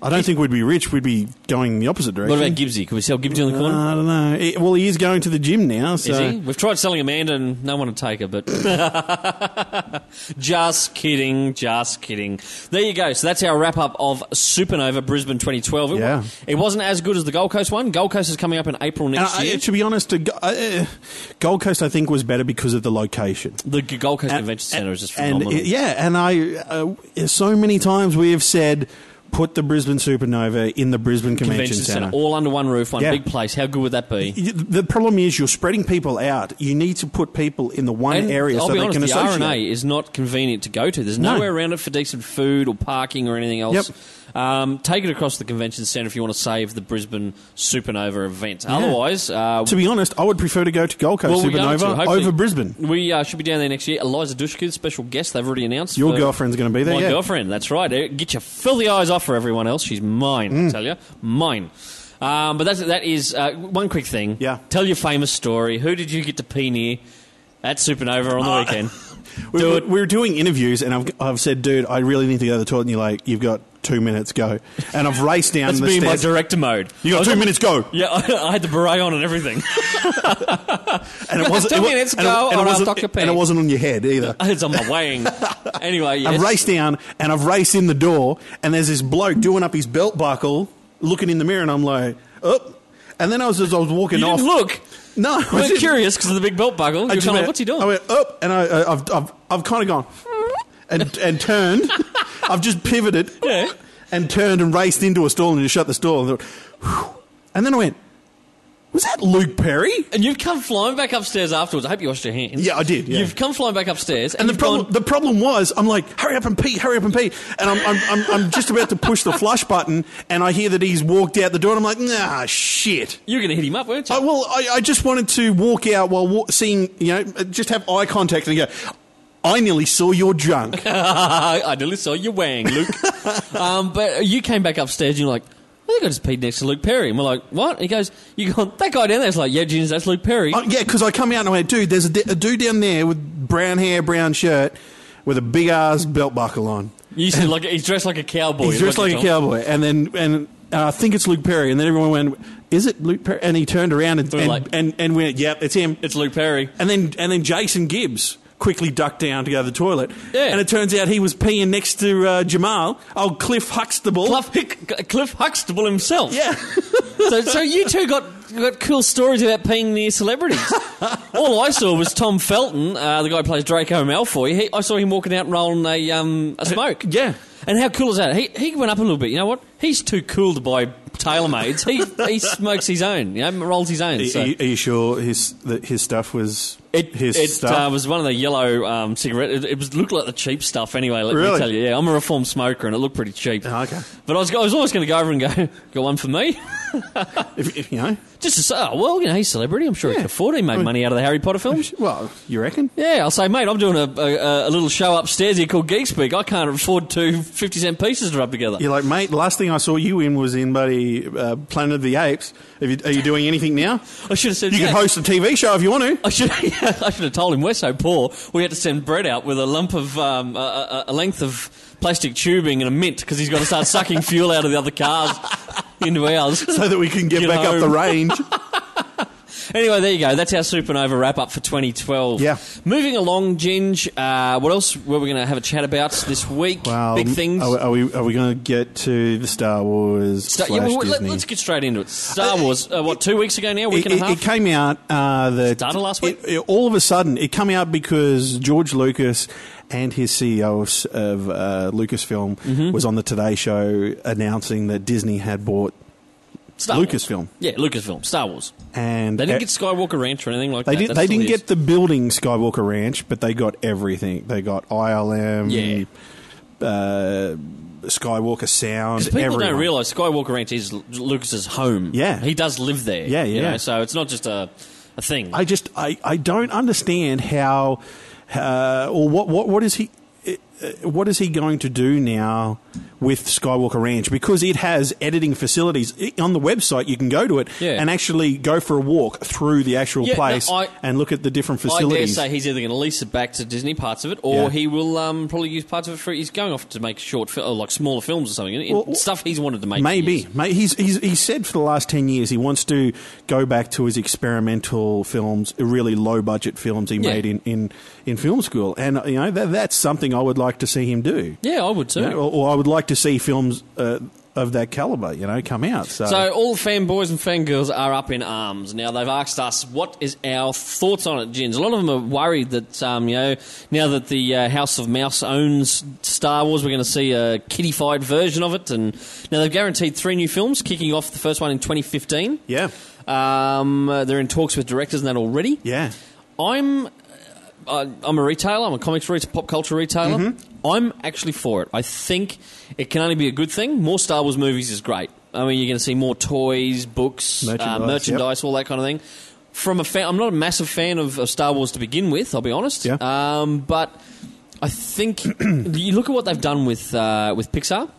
Speaker 2: I don't think we'd be rich. We'd be going the opposite direction.
Speaker 1: What about Gibbsy? Could we sell Gibbsy on the corner?
Speaker 2: I don't know. It- well, he is going to the gym now, so
Speaker 1: Is he? We've tried selling Amanda and no one would take her, but. just kidding, just kidding. There you go. So that's our wrap up of Supernova Brisbane 2012. It, wa-
Speaker 2: Yeah.
Speaker 1: it wasn't as good as the Gold Coast one. Gold Coast is coming up in April
Speaker 2: And
Speaker 1: next
Speaker 2: I,
Speaker 1: year.
Speaker 2: to be honest, uh, uh, Gold Coast I think was better because of the location.
Speaker 1: the G- Gold Coast Convention Centre is just
Speaker 2: and
Speaker 1: phenomenal.
Speaker 2: it- yeah, and I uh, so many times we have said put the Brisbane Supernova in the Brisbane Convention,
Speaker 1: Convention
Speaker 2: Centre.
Speaker 1: Centre, all under one roof, one
Speaker 2: Yeah.
Speaker 1: big place. How good would that be?
Speaker 2: Y- the problem is you're spreading people out. You need to put people in the one
Speaker 1: And
Speaker 2: area
Speaker 1: I'll
Speaker 2: so
Speaker 1: be
Speaker 2: they
Speaker 1: honest,
Speaker 2: can
Speaker 1: the
Speaker 2: associate.
Speaker 1: RNA is not convenient to go to. There's
Speaker 2: No.
Speaker 1: nowhere around it for decent food or parking or anything else. Um, take it across the convention centre if you want to save the Brisbane Supernova event. Otherwise, uh,
Speaker 2: To be honest, I would prefer to go to Gold Coast
Speaker 1: well, we're going to.
Speaker 2: Supernova
Speaker 1: Hopefully-
Speaker 2: over Brisbane.
Speaker 1: We uh, should be down there next year. Eliza Dushku, special guest. They've already announced
Speaker 2: Your
Speaker 1: for-
Speaker 2: girlfriend's going to be there.
Speaker 1: my
Speaker 2: yeah.
Speaker 1: girlfriend. That's right. Eh, Get your filthy eyes off her, everyone else. She's mine.
Speaker 2: Mm.
Speaker 1: I tell you, mine. Um, but that's, that is uh, one quick thing.
Speaker 2: Yeah.
Speaker 1: Tell your famous story. Who did you get to pee near at Supernova on
Speaker 2: Uh,
Speaker 1: the weekend?
Speaker 2: We,
Speaker 1: Do
Speaker 2: we-
Speaker 1: it.
Speaker 2: we were doing interviews, and I've, I've said, "Dude, I really need to go to the toilet." And you're like, "You've got two minutes, go." And I've raced down
Speaker 1: That's
Speaker 2: the
Speaker 1: me in my
Speaker 2: stairs.
Speaker 1: director mode.
Speaker 2: you got two minutes, go.
Speaker 1: Yeah, I, I had the beret on and everything.
Speaker 2: And it wasn't.
Speaker 1: two
Speaker 2: it wa-
Speaker 1: minutes,
Speaker 2: and it-
Speaker 1: go,
Speaker 2: and it
Speaker 1: or I'll
Speaker 2: wasn't-
Speaker 1: dock your
Speaker 2: And it
Speaker 1: pee.
Speaker 2: wasn't on your head either.
Speaker 1: it's on my wang. Anyway, yes.
Speaker 2: I've raced down, and I've raced in the door, and there's this bloke doing up his belt buckle, looking in the mirror, and I'm like, "Up." And then I was as I was walking
Speaker 1: You
Speaker 2: off.
Speaker 1: didn't look.
Speaker 2: No, I
Speaker 1: You were
Speaker 2: didn't.
Speaker 1: curious because of the big belt buckle. You're
Speaker 2: I just
Speaker 1: kind of,
Speaker 2: went-
Speaker 1: what's he doing?
Speaker 2: I went up, and I, I, I've, I've, I've kind of gone and and turned. I've just pivoted
Speaker 1: Yeah.
Speaker 2: and turned and raced into a stall and just shut the stall. And, thought, "Whew." And then I went, was that Luke Perry?
Speaker 1: and you've come flying back upstairs afterwards. I hope you washed your hands.
Speaker 2: Yeah, I did. yeah.
Speaker 1: You've come flying back upstairs, and,
Speaker 2: and the
Speaker 1: you've
Speaker 2: problem,
Speaker 1: gone-
Speaker 2: the problem was, I'm like, hurry up and pee, hurry up and pee. And I'm, I'm, I'm, I'm just about to push the flush button, and I hear that he's walked out the door, and I'm like, nah, shit.
Speaker 1: you were going to hit him up, weren't you?
Speaker 2: I, well, I, I just wanted to walk out while wa- seeing, you know, just have eye contact and go, I nearly saw your junk.
Speaker 1: I nearly saw you wang, Luke. um, but you came back upstairs and you're like, I think I just peed next to Luke Perry. And we're like, what? And he goes, you gone, that guy down there's like, yeah, Genius, that's Luke Perry.
Speaker 2: Oh, yeah, because I come out and I went, dude, there's a, d- a dude down there with brown hair, brown shirt, with a big ass belt buckle on.
Speaker 1: you said, like, he's dressed like a cowboy.
Speaker 2: He's dressed
Speaker 1: Look
Speaker 2: like
Speaker 1: at
Speaker 2: a
Speaker 1: Tom.
Speaker 2: cowboy, and then and uh, I think it's Luke Perry, and then everyone went, "Is it Luke Perry?" And he turned around and
Speaker 1: We were
Speaker 2: and,
Speaker 1: like-
Speaker 2: and, and went, "Yep, it's him."
Speaker 1: It's Luke Perry.
Speaker 2: And then and then Jason Gibbs quickly ducked down to go to the toilet,
Speaker 1: Yeah.
Speaker 2: and it turns out he was peeing next to uh, Jamal, old Cliff Huxtable.
Speaker 1: Cliff, Hick- Cliff Huxtable himself.
Speaker 2: Yeah,
Speaker 1: So, so you two got got cool stories about peeing near celebrities. All I saw was Tom Felton, uh, the guy who plays Draco Malfoy. He, I saw him walking out and rolling a um, a smoke.
Speaker 2: yeah.
Speaker 1: And how cool is that? He he went up a little bit. You know what? He's too cool to buy TaylorMade's. He he smokes his own. You know, rolls his own. So.
Speaker 2: Are, you, are you sure his that his stuff was
Speaker 1: It,
Speaker 2: his
Speaker 1: it
Speaker 2: stuff?
Speaker 1: uh, was one of the yellow um, cigarette. It, it was looked like the cheap stuff anyway. Let me
Speaker 2: Really?
Speaker 1: tell you, yeah, I'm a reformed smoker and it looked pretty cheap.
Speaker 2: Oh, okay.
Speaker 1: but I was, I was always going to go over and go, got one for me.
Speaker 2: if, if, you know,
Speaker 1: Just to say, oh, well, you know, he's a celebrity. I'm sure he can afford it. He made money out of the Harry Potter films.
Speaker 2: Well, you reckon?
Speaker 1: Yeah, I'll say, mate, I'm doing a, a, a little show upstairs here called Geek Speak. I can't afford two 50 cent pieces to rub together.
Speaker 2: You're like, mate. Last thing I saw you in was in buddy uh, Planet of the Apes. Have you, are you doing anything now?
Speaker 1: I should have said,
Speaker 2: You
Speaker 1: yeah.
Speaker 2: can host a TV show if you want to.
Speaker 1: I should, I should have told him we're so poor. We had to send Brett out with a lump of um, a- a, a length of plastic tubing and a mint because he's got to start sucking fuel out of the other cars into ours.
Speaker 2: So that we can get
Speaker 1: Get
Speaker 2: back up the
Speaker 1: home.
Speaker 2: range.
Speaker 1: Anyway, there you go. That's our supernova wrap up for 2012.
Speaker 2: Yeah.
Speaker 1: Moving along, Ginge. Uh, what else were we going to have a chat about this week? Big things.
Speaker 2: Um, Are, are we are we going to get to the Star Wars
Speaker 1: Star- yeah,
Speaker 2: slash
Speaker 1: well, let,
Speaker 2: Disney?
Speaker 1: us get straight into it. Star Wars. Uh, what? Two weeks ago now. Week
Speaker 2: it,
Speaker 1: and a
Speaker 2: it-
Speaker 1: half.
Speaker 2: it came out uh, the
Speaker 1: Started last week?
Speaker 2: it- it- all of a sudden, it came out because George Lucas and his CEO of, s- of uh, Lucasfilm
Speaker 1: Mm-hmm.
Speaker 2: was on the Today Show announcing that Disney had bought
Speaker 1: Star
Speaker 2: Lucasfilm.
Speaker 1: Wars. Yeah, Lucasfilm. Star Wars.
Speaker 2: and
Speaker 1: Oh. They didn't
Speaker 2: e-
Speaker 1: get Skywalker Ranch or anything like
Speaker 2: they
Speaker 1: that.
Speaker 2: did,
Speaker 1: That's
Speaker 2: they
Speaker 1: still
Speaker 2: didn't
Speaker 1: theirs.
Speaker 2: get the building Skywalker Ranch, but they got everything. They got ILM,
Speaker 1: Yeah.
Speaker 2: uh, Skywalker Sound.
Speaker 1: Because people
Speaker 2: everyone.
Speaker 1: don't realise Skywalker Ranch is Lu- Lucas's home.
Speaker 2: Yeah.
Speaker 1: he does live there.
Speaker 2: Yeah,
Speaker 1: you
Speaker 2: yeah.
Speaker 1: know, so it's not just a, a thing.
Speaker 2: I just I, I don't understand how uh, or what what what is he uh, what is he going to do now with Skywalker Ranch because it has editing facilities It- on the website you can go to it
Speaker 1: Yeah.
Speaker 2: and actually go for a walk through the actual
Speaker 1: Yeah, no,
Speaker 2: place
Speaker 1: I-
Speaker 2: and look at the different
Speaker 1: I dare
Speaker 2: facilities.
Speaker 1: say he's either going to lease it back to Disney parts of it, or
Speaker 2: Yeah.
Speaker 1: he will um, probably use parts of it for. He's going off to make short, fil- or like smaller films or something. It-
Speaker 2: Well,
Speaker 1: stuff he's wanted to make. for
Speaker 2: Maybe.
Speaker 1: years.
Speaker 2: May He's, he's, he's said for the last 10 years he wants to go back to his experimental films, really low budget films he
Speaker 1: Yeah.
Speaker 2: made in, in, in film school. And, you know, that, that's something I would like to see him do.
Speaker 1: Yeah, I would too.
Speaker 2: You know, or, or I would like to see films uh, of that caliber, you know, come out. So,
Speaker 1: So all the fanboys and fangirls are up in arms. Now they've asked us what is our thoughts on it, Jins. A lot of them are worried that um, you know now that the uh, House of Mouse owns Star Wars, we're going to see a kiddified version of it. And now they've guaranteed three new films, kicking off the first one in 2015.
Speaker 2: yeah,
Speaker 1: Um, uh, they're in talks with directors and that already.
Speaker 2: yeah.
Speaker 1: I'm uh, I- I'm a retailer. I'm a comics retailer, pop culture retailer.
Speaker 2: Mm-hmm.
Speaker 1: I'm actually for it. I think it can only be a good thing. More Star Wars movies is great. I mean, you're going to see more toys, books,
Speaker 2: Merchandise,
Speaker 1: uh, merchandise all that kind of thing. From a fan, I'm not a massive fan of, of Star Wars to begin with. I'll be honest.
Speaker 2: Yeah.
Speaker 1: Um, but I think you look at what they've done with uh, with Pixar.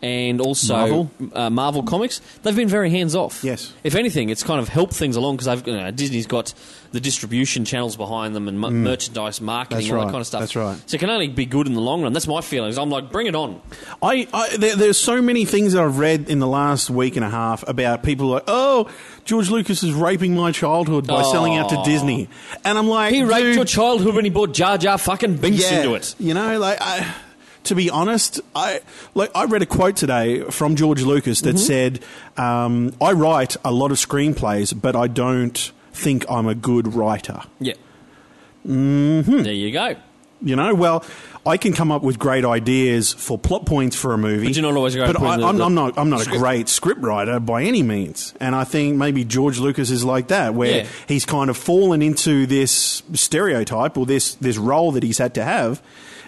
Speaker 1: And also
Speaker 2: Marvel.
Speaker 1: Uh, Marvel comics, they've been very hands off.
Speaker 2: Yes.
Speaker 1: If anything, it's kind of helped things along because you know, Disney's got the distribution channels behind them and m- merchandise marketing,
Speaker 2: Mm. That's
Speaker 1: all
Speaker 2: right.
Speaker 1: that kind of stuff.
Speaker 2: That's right.
Speaker 1: So it can only be good in the long run. That's my feelings. I'm like, bring it on.
Speaker 2: I, I there, there's so many things that I've read in the last week and a half about people like, oh, George Lucas is raping my childhood by selling out to
Speaker 1: Aw.
Speaker 2: Disney, and I'm like,
Speaker 1: He raped
Speaker 2: dude,
Speaker 1: your childhood when he bought Jar Jar fucking Binks
Speaker 2: yeah,
Speaker 1: into it.
Speaker 2: You know, like I, to be honest, I like I read a quote today from George Lucas
Speaker 1: Mm-hmm.
Speaker 2: that said, um, "I write a lot of screenplays, but I don't think I'm a good writer."
Speaker 1: Yeah.
Speaker 2: Mm-hmm.
Speaker 1: There you go.
Speaker 2: You know, well, I can come up with great ideas for plot points for a movie.
Speaker 1: But you're not always going to
Speaker 2: But
Speaker 1: put
Speaker 2: I,
Speaker 1: in the-
Speaker 2: I'm,
Speaker 1: the
Speaker 2: I'm not. I'm not a
Speaker 1: script.
Speaker 2: great script writer by any means. And I think maybe George Lucas is like that, where
Speaker 1: Yeah.
Speaker 2: he's kind of fallen into this stereotype or this this role that he's had to have,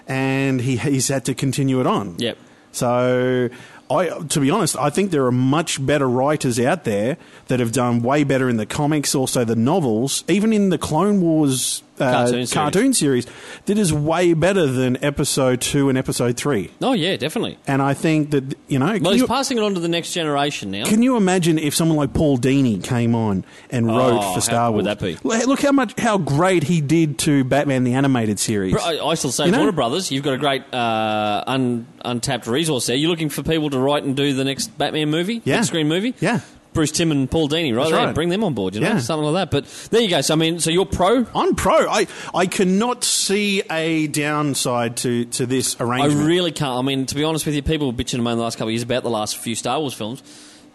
Speaker 2: and he he's had to continue it on.
Speaker 1: Yep.
Speaker 2: So. I, to be honest, I think there are much better writers out there that have done way better in the comics, also the novels, even in the Clone Wars uh,
Speaker 1: Cartoon series.
Speaker 2: cartoon series that is way better than episode two and episode three.
Speaker 1: Oh, yeah, definitely.
Speaker 2: And I think that you know, can
Speaker 1: Well, he's
Speaker 2: you,
Speaker 1: passing it on to the next generation now.
Speaker 2: can you imagine if someone like Paul Dini came on and wrote
Speaker 1: Oh, how
Speaker 2: for Star Wars?
Speaker 1: would that be?
Speaker 2: L- Look how much how great he did to Batman the animated series.
Speaker 1: Bro, I, I still say
Speaker 2: You know-
Speaker 1: Warner Brothers, you've got a great uh, un, untapped resource there. You're looking for people to write and do the next Batman movie,
Speaker 2: Yeah.
Speaker 1: big screen movie.
Speaker 2: Yeah.
Speaker 1: Bruce Tim and Paul Dini, right?
Speaker 2: That's
Speaker 1: there.
Speaker 2: right.
Speaker 1: Bring them on board, you know,
Speaker 2: Yeah.
Speaker 1: something like that. But there you go. So I mean, so you're pro.
Speaker 2: I'm pro. I I cannot see a downside to to this
Speaker 1: I
Speaker 2: arrangement.
Speaker 1: really can't. I mean, to be honest with you, people were bitching and moaning the last couple of years about the last few Star Wars films.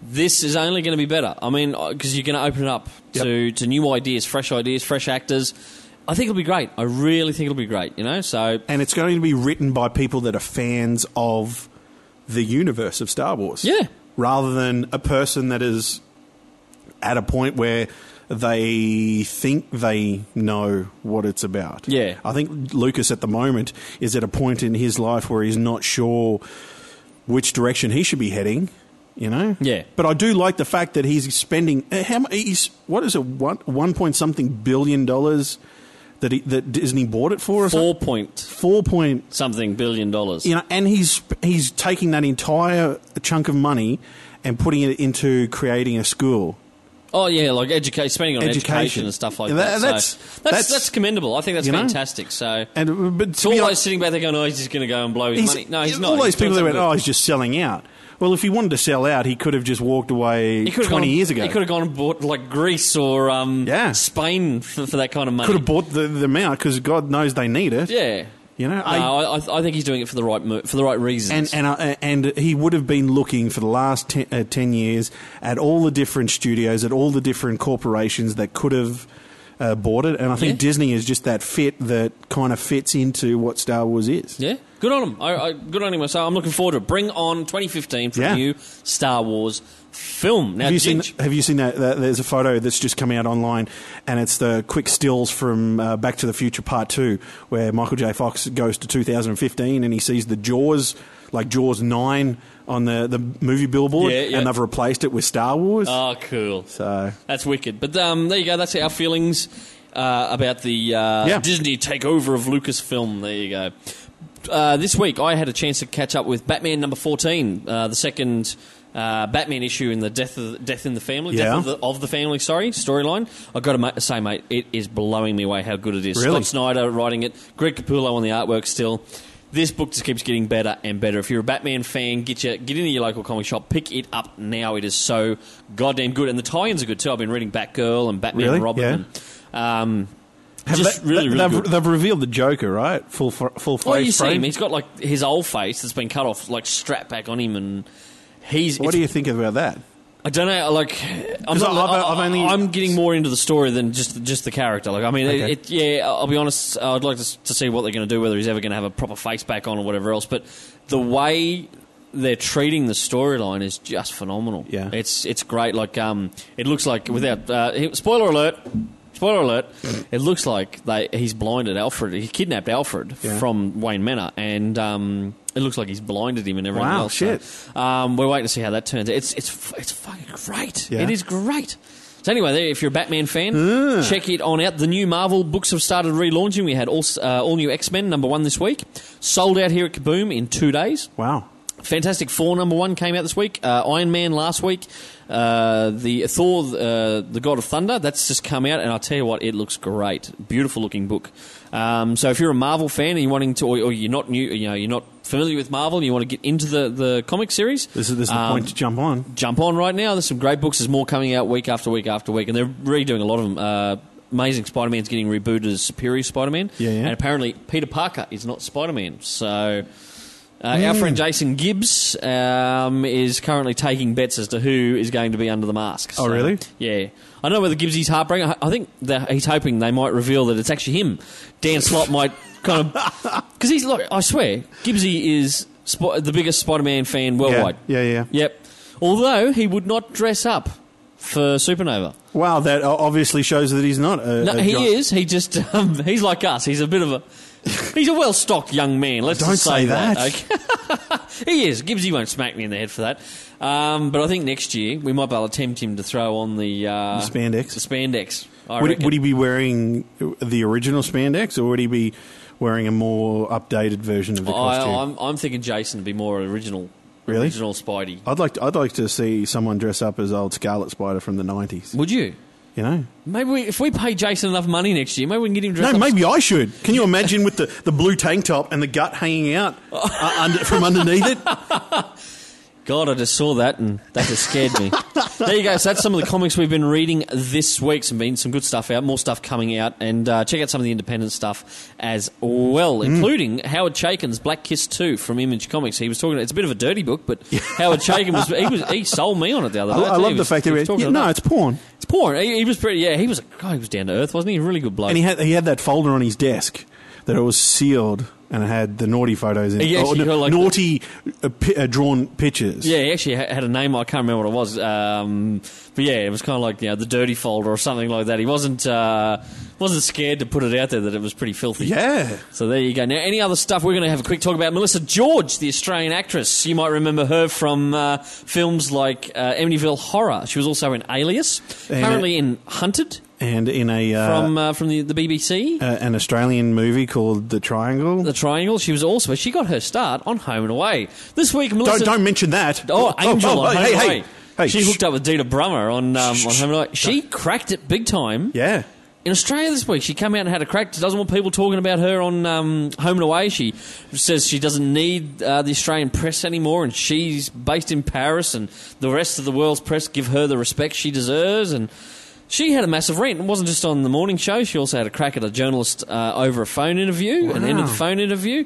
Speaker 1: This is only going to be better. I mean, because you're going to open it up to, to new ideas, fresh ideas, fresh actors. I think it'll be great. I really think it'll be great. You know, so
Speaker 2: and it's going to be written by people that are fans of the universe of Star Wars.
Speaker 1: Yeah.
Speaker 2: Rather than a person that is at a point where they think they know what it's about.
Speaker 1: Yeah.
Speaker 2: I think Lucas at the moment is at a point in his life where he's not sure which direction he should be heading. you know.
Speaker 1: Yeah.
Speaker 2: But I do like the fact that he's spending uh, how mu- he's what is it one one point something billion dollars that he, that Disney bought it for or something?
Speaker 1: Four point
Speaker 2: four point
Speaker 1: something billion dollars.
Speaker 2: you know, and he's he's taking that entire chunk of money and putting it into creating a school.
Speaker 1: Oh yeah, like educate, spending on education.
Speaker 2: Education.
Speaker 1: and stuff like
Speaker 2: Yeah,
Speaker 1: that.
Speaker 2: that-
Speaker 1: so
Speaker 2: that's-
Speaker 1: that's, that's
Speaker 2: that's-
Speaker 1: commendable. I think that's
Speaker 2: you know?
Speaker 1: fantastic. So
Speaker 2: And but
Speaker 1: it's all those sitting back there going, "Oh, he's just going to go and blow his money." No, he's not.
Speaker 2: All those
Speaker 1: He's doing
Speaker 2: people that went,
Speaker 1: something
Speaker 2: oh,
Speaker 1: good.
Speaker 2: he's just selling out. Well, if he wanted to sell out, he could have just walked away
Speaker 1: He could
Speaker 2: twenty
Speaker 1: have gone,
Speaker 2: years ago.
Speaker 1: He could have gone and bought like Greece or um,
Speaker 2: Yeah.
Speaker 1: Spain for, for that kind of money.
Speaker 2: Could have bought the the amount because God knows they need it.
Speaker 1: yeah.
Speaker 2: You know,
Speaker 1: No,
Speaker 2: I-
Speaker 1: I, I, I think he's doing it for the right mo- for the right reasons.
Speaker 2: And and uh, and he would have been looking for the last ten, uh, ten years at all the different studios, at all the different corporations that could have uh, bought it. And I think
Speaker 1: Yeah.
Speaker 2: Disney is just that fit that kind of fits into what Star Wars is.
Speaker 1: yeah, good on him. I, I, good on him. So I'm looking forward to it. Bring on 2015 for
Speaker 2: Yeah.
Speaker 1: a new Star Wars film. Now,
Speaker 2: Have you seen?
Speaker 1: Ginge-
Speaker 2: Have you seen that, that? There's a photo that's just come out online, and it's the quick stills from uh, Back to the Future Part Two, where Michael J. Fox goes to 2015 and he sees the Jaws, like Jaws Nine, on the, the movie billboard,
Speaker 1: Yeah, yeah.
Speaker 2: and they've replaced it with Star Wars.
Speaker 1: oh, cool.
Speaker 2: so
Speaker 1: That's wicked. But um, there you go. That's our feelings uh, about the uh,
Speaker 2: Yeah.
Speaker 1: Disney takeover of Lucasfilm. There you go. Uh, this week, I had a chance to catch up with Batman number 14, uh, the second uh, Batman issue in the Death, of the, Death in the Family,
Speaker 2: Yeah.
Speaker 1: Death of the, of the Family, sorry, storyline. i got to ma- say, mate, it is blowing me away how good it is.
Speaker 2: Really?
Speaker 1: Scott Snyder writing it, Greg Capullo on the artwork still. This book just keeps getting better and better. If you're a Batman fan, get your, get into your local comic shop, pick it up now. It is so goddamn good, and the tie-ins are good too. I've been reading Batgirl and Batman
Speaker 2: Really?
Speaker 1: and Robin. And, um, just
Speaker 2: they-
Speaker 1: really, really
Speaker 2: they've,
Speaker 1: good.
Speaker 2: they've revealed the Joker, right? Full, fr- full face
Speaker 1: Well, you see
Speaker 2: frame.
Speaker 1: him. He's got like his old face that's been cut off, like strapped back on him, and he's.
Speaker 2: What
Speaker 1: it's-
Speaker 2: do you think about that?
Speaker 1: I don't know. Like, I'm,
Speaker 2: 'Cause
Speaker 1: not,
Speaker 2: I've-
Speaker 1: I,
Speaker 2: I've only-
Speaker 1: am getting more into the story than just just the character. Like, I mean,
Speaker 2: Okay.
Speaker 1: it, it, yeah. I'll be honest. uh, I'd like to, s- to see what they're going to do, whether he's ever going to have a proper face back on or whatever else. But the way they're treating the storyline is just phenomenal.
Speaker 2: Yeah.
Speaker 1: it's it's great. Like, um, it looks like without uh, he- spoiler alert. Spoiler alert! It looks like they, he's blinded Alfred. He kidnapped Alfred
Speaker 2: Yeah.
Speaker 1: from Wayne Manor, and um, it looks like he's blinded him and everything
Speaker 2: Wow,
Speaker 1: else.
Speaker 2: shit.
Speaker 1: So, um, we're waiting to see how that turns. out. It's it's f- it's fucking great.
Speaker 2: Yeah.
Speaker 1: It is great. So anyway, there, if you're a Batman fan, check it on out. The new Marvel books have started relaunching. We had all s- uh, all new X Men number one this week, sold out here at Kaboom in two days.
Speaker 2: Wow.
Speaker 1: Fantastic Four number one came out this week. Uh, Iron Man last week. Uh, the Thor, uh, the God of Thunder, that's just come out, and I tell you what, it looks great. Beautiful looking book. Um, so if you're a Marvel fan and you're wanting to, or, or you're not new, you know, you're not familiar with Marvel, and you want to get into the the comic series,
Speaker 2: This is, this is the
Speaker 1: um,
Speaker 2: point to jump on.
Speaker 1: jump on right now. There's some great books. There's more coming out week after week after week, and they're redoing a lot of them. Uh, Amazing Spider-Man's getting rebooted as Superior Spider-Man,
Speaker 2: Yeah, yeah.
Speaker 1: and apparently Peter Parker is not Spider-Man. So uh, our
Speaker 2: Mm.
Speaker 1: friend Jason Gibbs um, is currently taking bets as to who is going to be under the mask.
Speaker 2: Oh, really?
Speaker 1: Yeah, I know whether Gibbsy's heartbreaker. I I think that he's hoping they might reveal that it's actually him. Dan Slott might kind of because he's look. I swear, Gibbsy is spo- the biggest Spider-Man fan worldwide.
Speaker 2: Yeah, yeah, yeah.
Speaker 1: Yep. Although he would not dress up for Supernova.
Speaker 2: Wow, that o- obviously shows that he's not a.
Speaker 1: No,
Speaker 2: a
Speaker 1: he
Speaker 2: giant-
Speaker 1: is. He just um, he's like us. He's a bit of a he's a well stocked young man. Let's
Speaker 2: Don't
Speaker 1: just
Speaker 2: say
Speaker 1: okay? he is. Gibbsy won't smack me in the head for that. Um, but I think next year we might be able to tempt him to throw on the, uh,
Speaker 2: The spandex?
Speaker 1: The spandex. I
Speaker 2: Would, he-
Speaker 1: reckon.
Speaker 2: would he be wearing the original spandex, or would he be wearing a more updated version of the costume?
Speaker 1: I, I'm, I'm thinking Jason would be more original.
Speaker 2: Really?
Speaker 1: Original Spidey.
Speaker 2: would like to, I'd like to see someone dress up as old Scarlet Spider from the nineties.
Speaker 1: Would you?
Speaker 2: You know,
Speaker 1: Maybe we, if we pay Jason enough money next year, maybe we can get him dressed
Speaker 2: no,
Speaker 1: up.
Speaker 2: maybe I should. Can you imagine with the, the blue tank top and the gut hanging out uh, under, from underneath it?
Speaker 1: God, I just saw that and that just scared me. there you go. So that's some of the comics we've been reading this week. Some been some good stuff out, more stuff coming out, and uh, check out some of the independent stuff as well,
Speaker 2: Mm.
Speaker 1: including Howard Chaykin's Black Kiss Two from Image Comics. He was talking. It's a bit of a dirty book, but Howard Chaykin was he was he sold me on it the other
Speaker 2: I,
Speaker 1: day.
Speaker 2: I
Speaker 1: He
Speaker 2: love the
Speaker 1: was-
Speaker 2: fact
Speaker 1: he
Speaker 2: that
Speaker 1: was
Speaker 2: it,
Speaker 1: talking
Speaker 2: yeah,
Speaker 1: about
Speaker 2: no,
Speaker 1: that.
Speaker 2: it's porn.
Speaker 1: it's porn. He, he was pretty. Yeah, he was. God, he was down to earth, wasn't he? A really good bloke.
Speaker 2: And he had he had that folder on his desk that it was sealed and it had the naughty photos in it.
Speaker 1: Yeah,
Speaker 2: Oh,
Speaker 1: you
Speaker 2: no,
Speaker 1: got like the-
Speaker 2: naughty uh, pi- uh, drawn pictures.
Speaker 1: Yeah, he actually ha- had a name. I can't remember what it was. Um, but yeah, it was kind of like you know the dirty folder or something like that. He wasn't uh, wasn't scared to put it out there that it was pretty filthy.
Speaker 2: Yeah.
Speaker 1: So there you go. Now, any other stuff we're going to have a quick talk about? Melissa George, the Australian actress. You might remember her from uh, films like uh, Amityville Horror. She was also in Alias,
Speaker 2: And-
Speaker 1: currently in Hunted
Speaker 2: And in a uh,
Speaker 1: from uh, from the, the BBC.
Speaker 2: a- an Australian movie called The Triangle.
Speaker 1: the Triangle. She was also she got her start on Home and Away. This week, Melissa.
Speaker 2: don't don't mention that.
Speaker 1: Oh, Angel
Speaker 2: oh,
Speaker 1: on Home
Speaker 2: hey,
Speaker 1: and
Speaker 2: hey,
Speaker 1: Away.
Speaker 2: hey,
Speaker 1: she
Speaker 2: shh.
Speaker 1: hooked up with Dina Brummer on, um, on Home and Away. She cracked it big time
Speaker 2: Yeah.
Speaker 1: in Australia this week. She came out and had a crack. She doesn't want people talking about her on um, Home and Away. She says she doesn't need uh, the Australian press anymore, and she's based in Paris, and the rest of the world's press give her the respect she deserves. And she had a massive rant. It wasn't just on the morning show. She also had a crack at a journalist uh, over a phone interview, and an ended
Speaker 2: Wow.
Speaker 1: phone interview.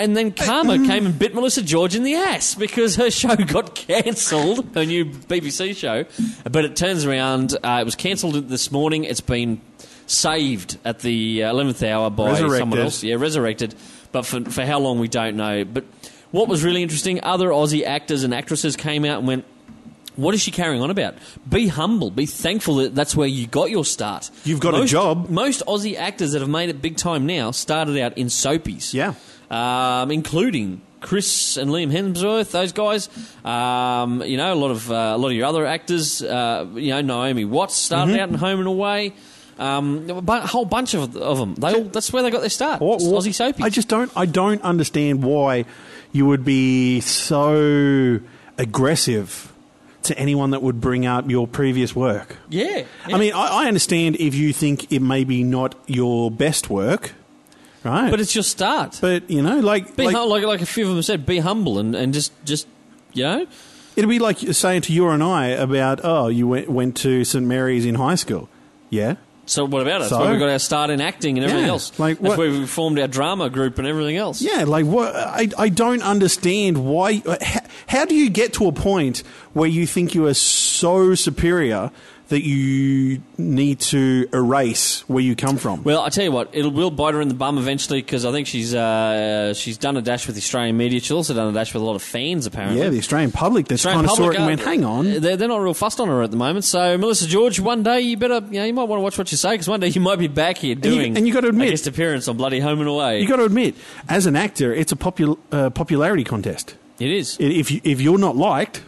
Speaker 1: And then Karma came and bit Melissa George in the ass because her show got cancelled, her new BBC show. But it turns around, uh, it was cancelled this morning. It's been saved at the uh, 11th hour by someone
Speaker 2: Resurrected.
Speaker 1: else. Yeah, resurrected. But for, for how long, we don't know. But what was really interesting, other Aussie actors and actresses came out and went, what is she carrying on about? Be humble. Be thankful that that's where you got your start.
Speaker 2: You've got a
Speaker 1: Most-
Speaker 2: job.
Speaker 1: Most Aussie actors that have made it big time now started out in soapies
Speaker 2: Yeah.
Speaker 1: um, including Chris and Liam Hemsworth, those guys. Um, you know, a lot of uh, a lot of your other actors. Uh, you know, Naomi Watts started
Speaker 2: Mm-hmm.
Speaker 1: out in Home and Away. Um, there were a bu- whole bunch of, of them. They all, that's where they got their start.
Speaker 2: What- what-
Speaker 1: Aussie soapies.
Speaker 2: I just don't. I don't understand why you would be so aggressive to anyone that would bring up your previous work.
Speaker 1: yeah, yeah.
Speaker 2: I mean, I, I understand if you think it may be not your best work, right?
Speaker 1: but it's your start.
Speaker 2: but you know, like,
Speaker 1: be
Speaker 2: like
Speaker 1: hum- like like a few of them said, be humble and, and just just you know.
Speaker 2: it'd be like saying to you and I about, oh, you went went to St Mary's in high school, yeah.
Speaker 1: So what about it? That's
Speaker 2: So?
Speaker 1: where we got our start in acting and everything
Speaker 2: Yeah,
Speaker 1: else.
Speaker 2: like
Speaker 1: that's
Speaker 2: what-
Speaker 1: where we formed our drama group and everything else.
Speaker 2: Yeah, like what? I, I don't understand why. How, how do you get to a point where you think you are so superior that you need to erase where you come from?
Speaker 1: Well, I tell you what, it will bite her in the bum eventually because I think she's uh, she's done a dash with the Australian media. She's also done a dash with a lot of fans, apparently.
Speaker 2: yeah, the Australian public that's
Speaker 1: Australian
Speaker 2: kind of saw
Speaker 1: public
Speaker 2: it and
Speaker 1: are-
Speaker 2: went, "Hang on."
Speaker 1: They're, they're not real fussed on her at the moment. So, Melissa George, one day you better, you know, you might want to watch what you say because one day you might be back here
Speaker 2: you-
Speaker 1: doing
Speaker 2: and you gotta
Speaker 1: a
Speaker 2: admit-
Speaker 1: guest appearance on bloody Home and Away.
Speaker 2: You got to admit, as an actor, it's a popul- uh, popularity contest.
Speaker 1: it is.
Speaker 2: I- If you, if you're not liked,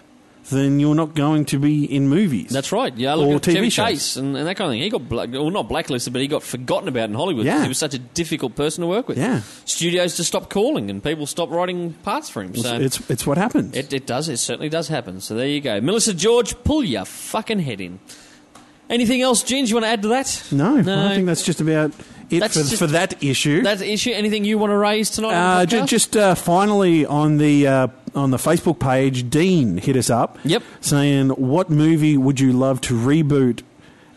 Speaker 2: then you're not going to be in movies.
Speaker 1: That's right. Yeah,
Speaker 2: Or
Speaker 1: look at
Speaker 2: TV
Speaker 1: Chevy
Speaker 2: shows.
Speaker 1: Chase and, and that kind of thing. He got black, well, not blacklisted, but he got forgotten about in Hollywood.
Speaker 2: Yeah.
Speaker 1: He was such a difficult person to work with.
Speaker 2: Yeah.
Speaker 1: Studios just stopped calling and people stopped writing parts for him. So
Speaker 2: It's it's what happens.
Speaker 1: It, it does. It certainly does happen. So there you go. Melissa George, pull your fucking head in. Anything else, Ginge, you want to add to that?
Speaker 2: no, I think that's just about it
Speaker 1: That's
Speaker 2: for,
Speaker 1: just-
Speaker 2: for that issue.
Speaker 1: That's the issue. Anything you want to raise tonight?
Speaker 2: Uh,
Speaker 1: on the
Speaker 2: ju-
Speaker 1: podcast?
Speaker 2: just uh, finally on the uh, on the Facebook page, Dean hit us up.
Speaker 1: Yep.
Speaker 2: saying what movie would you love to reboot,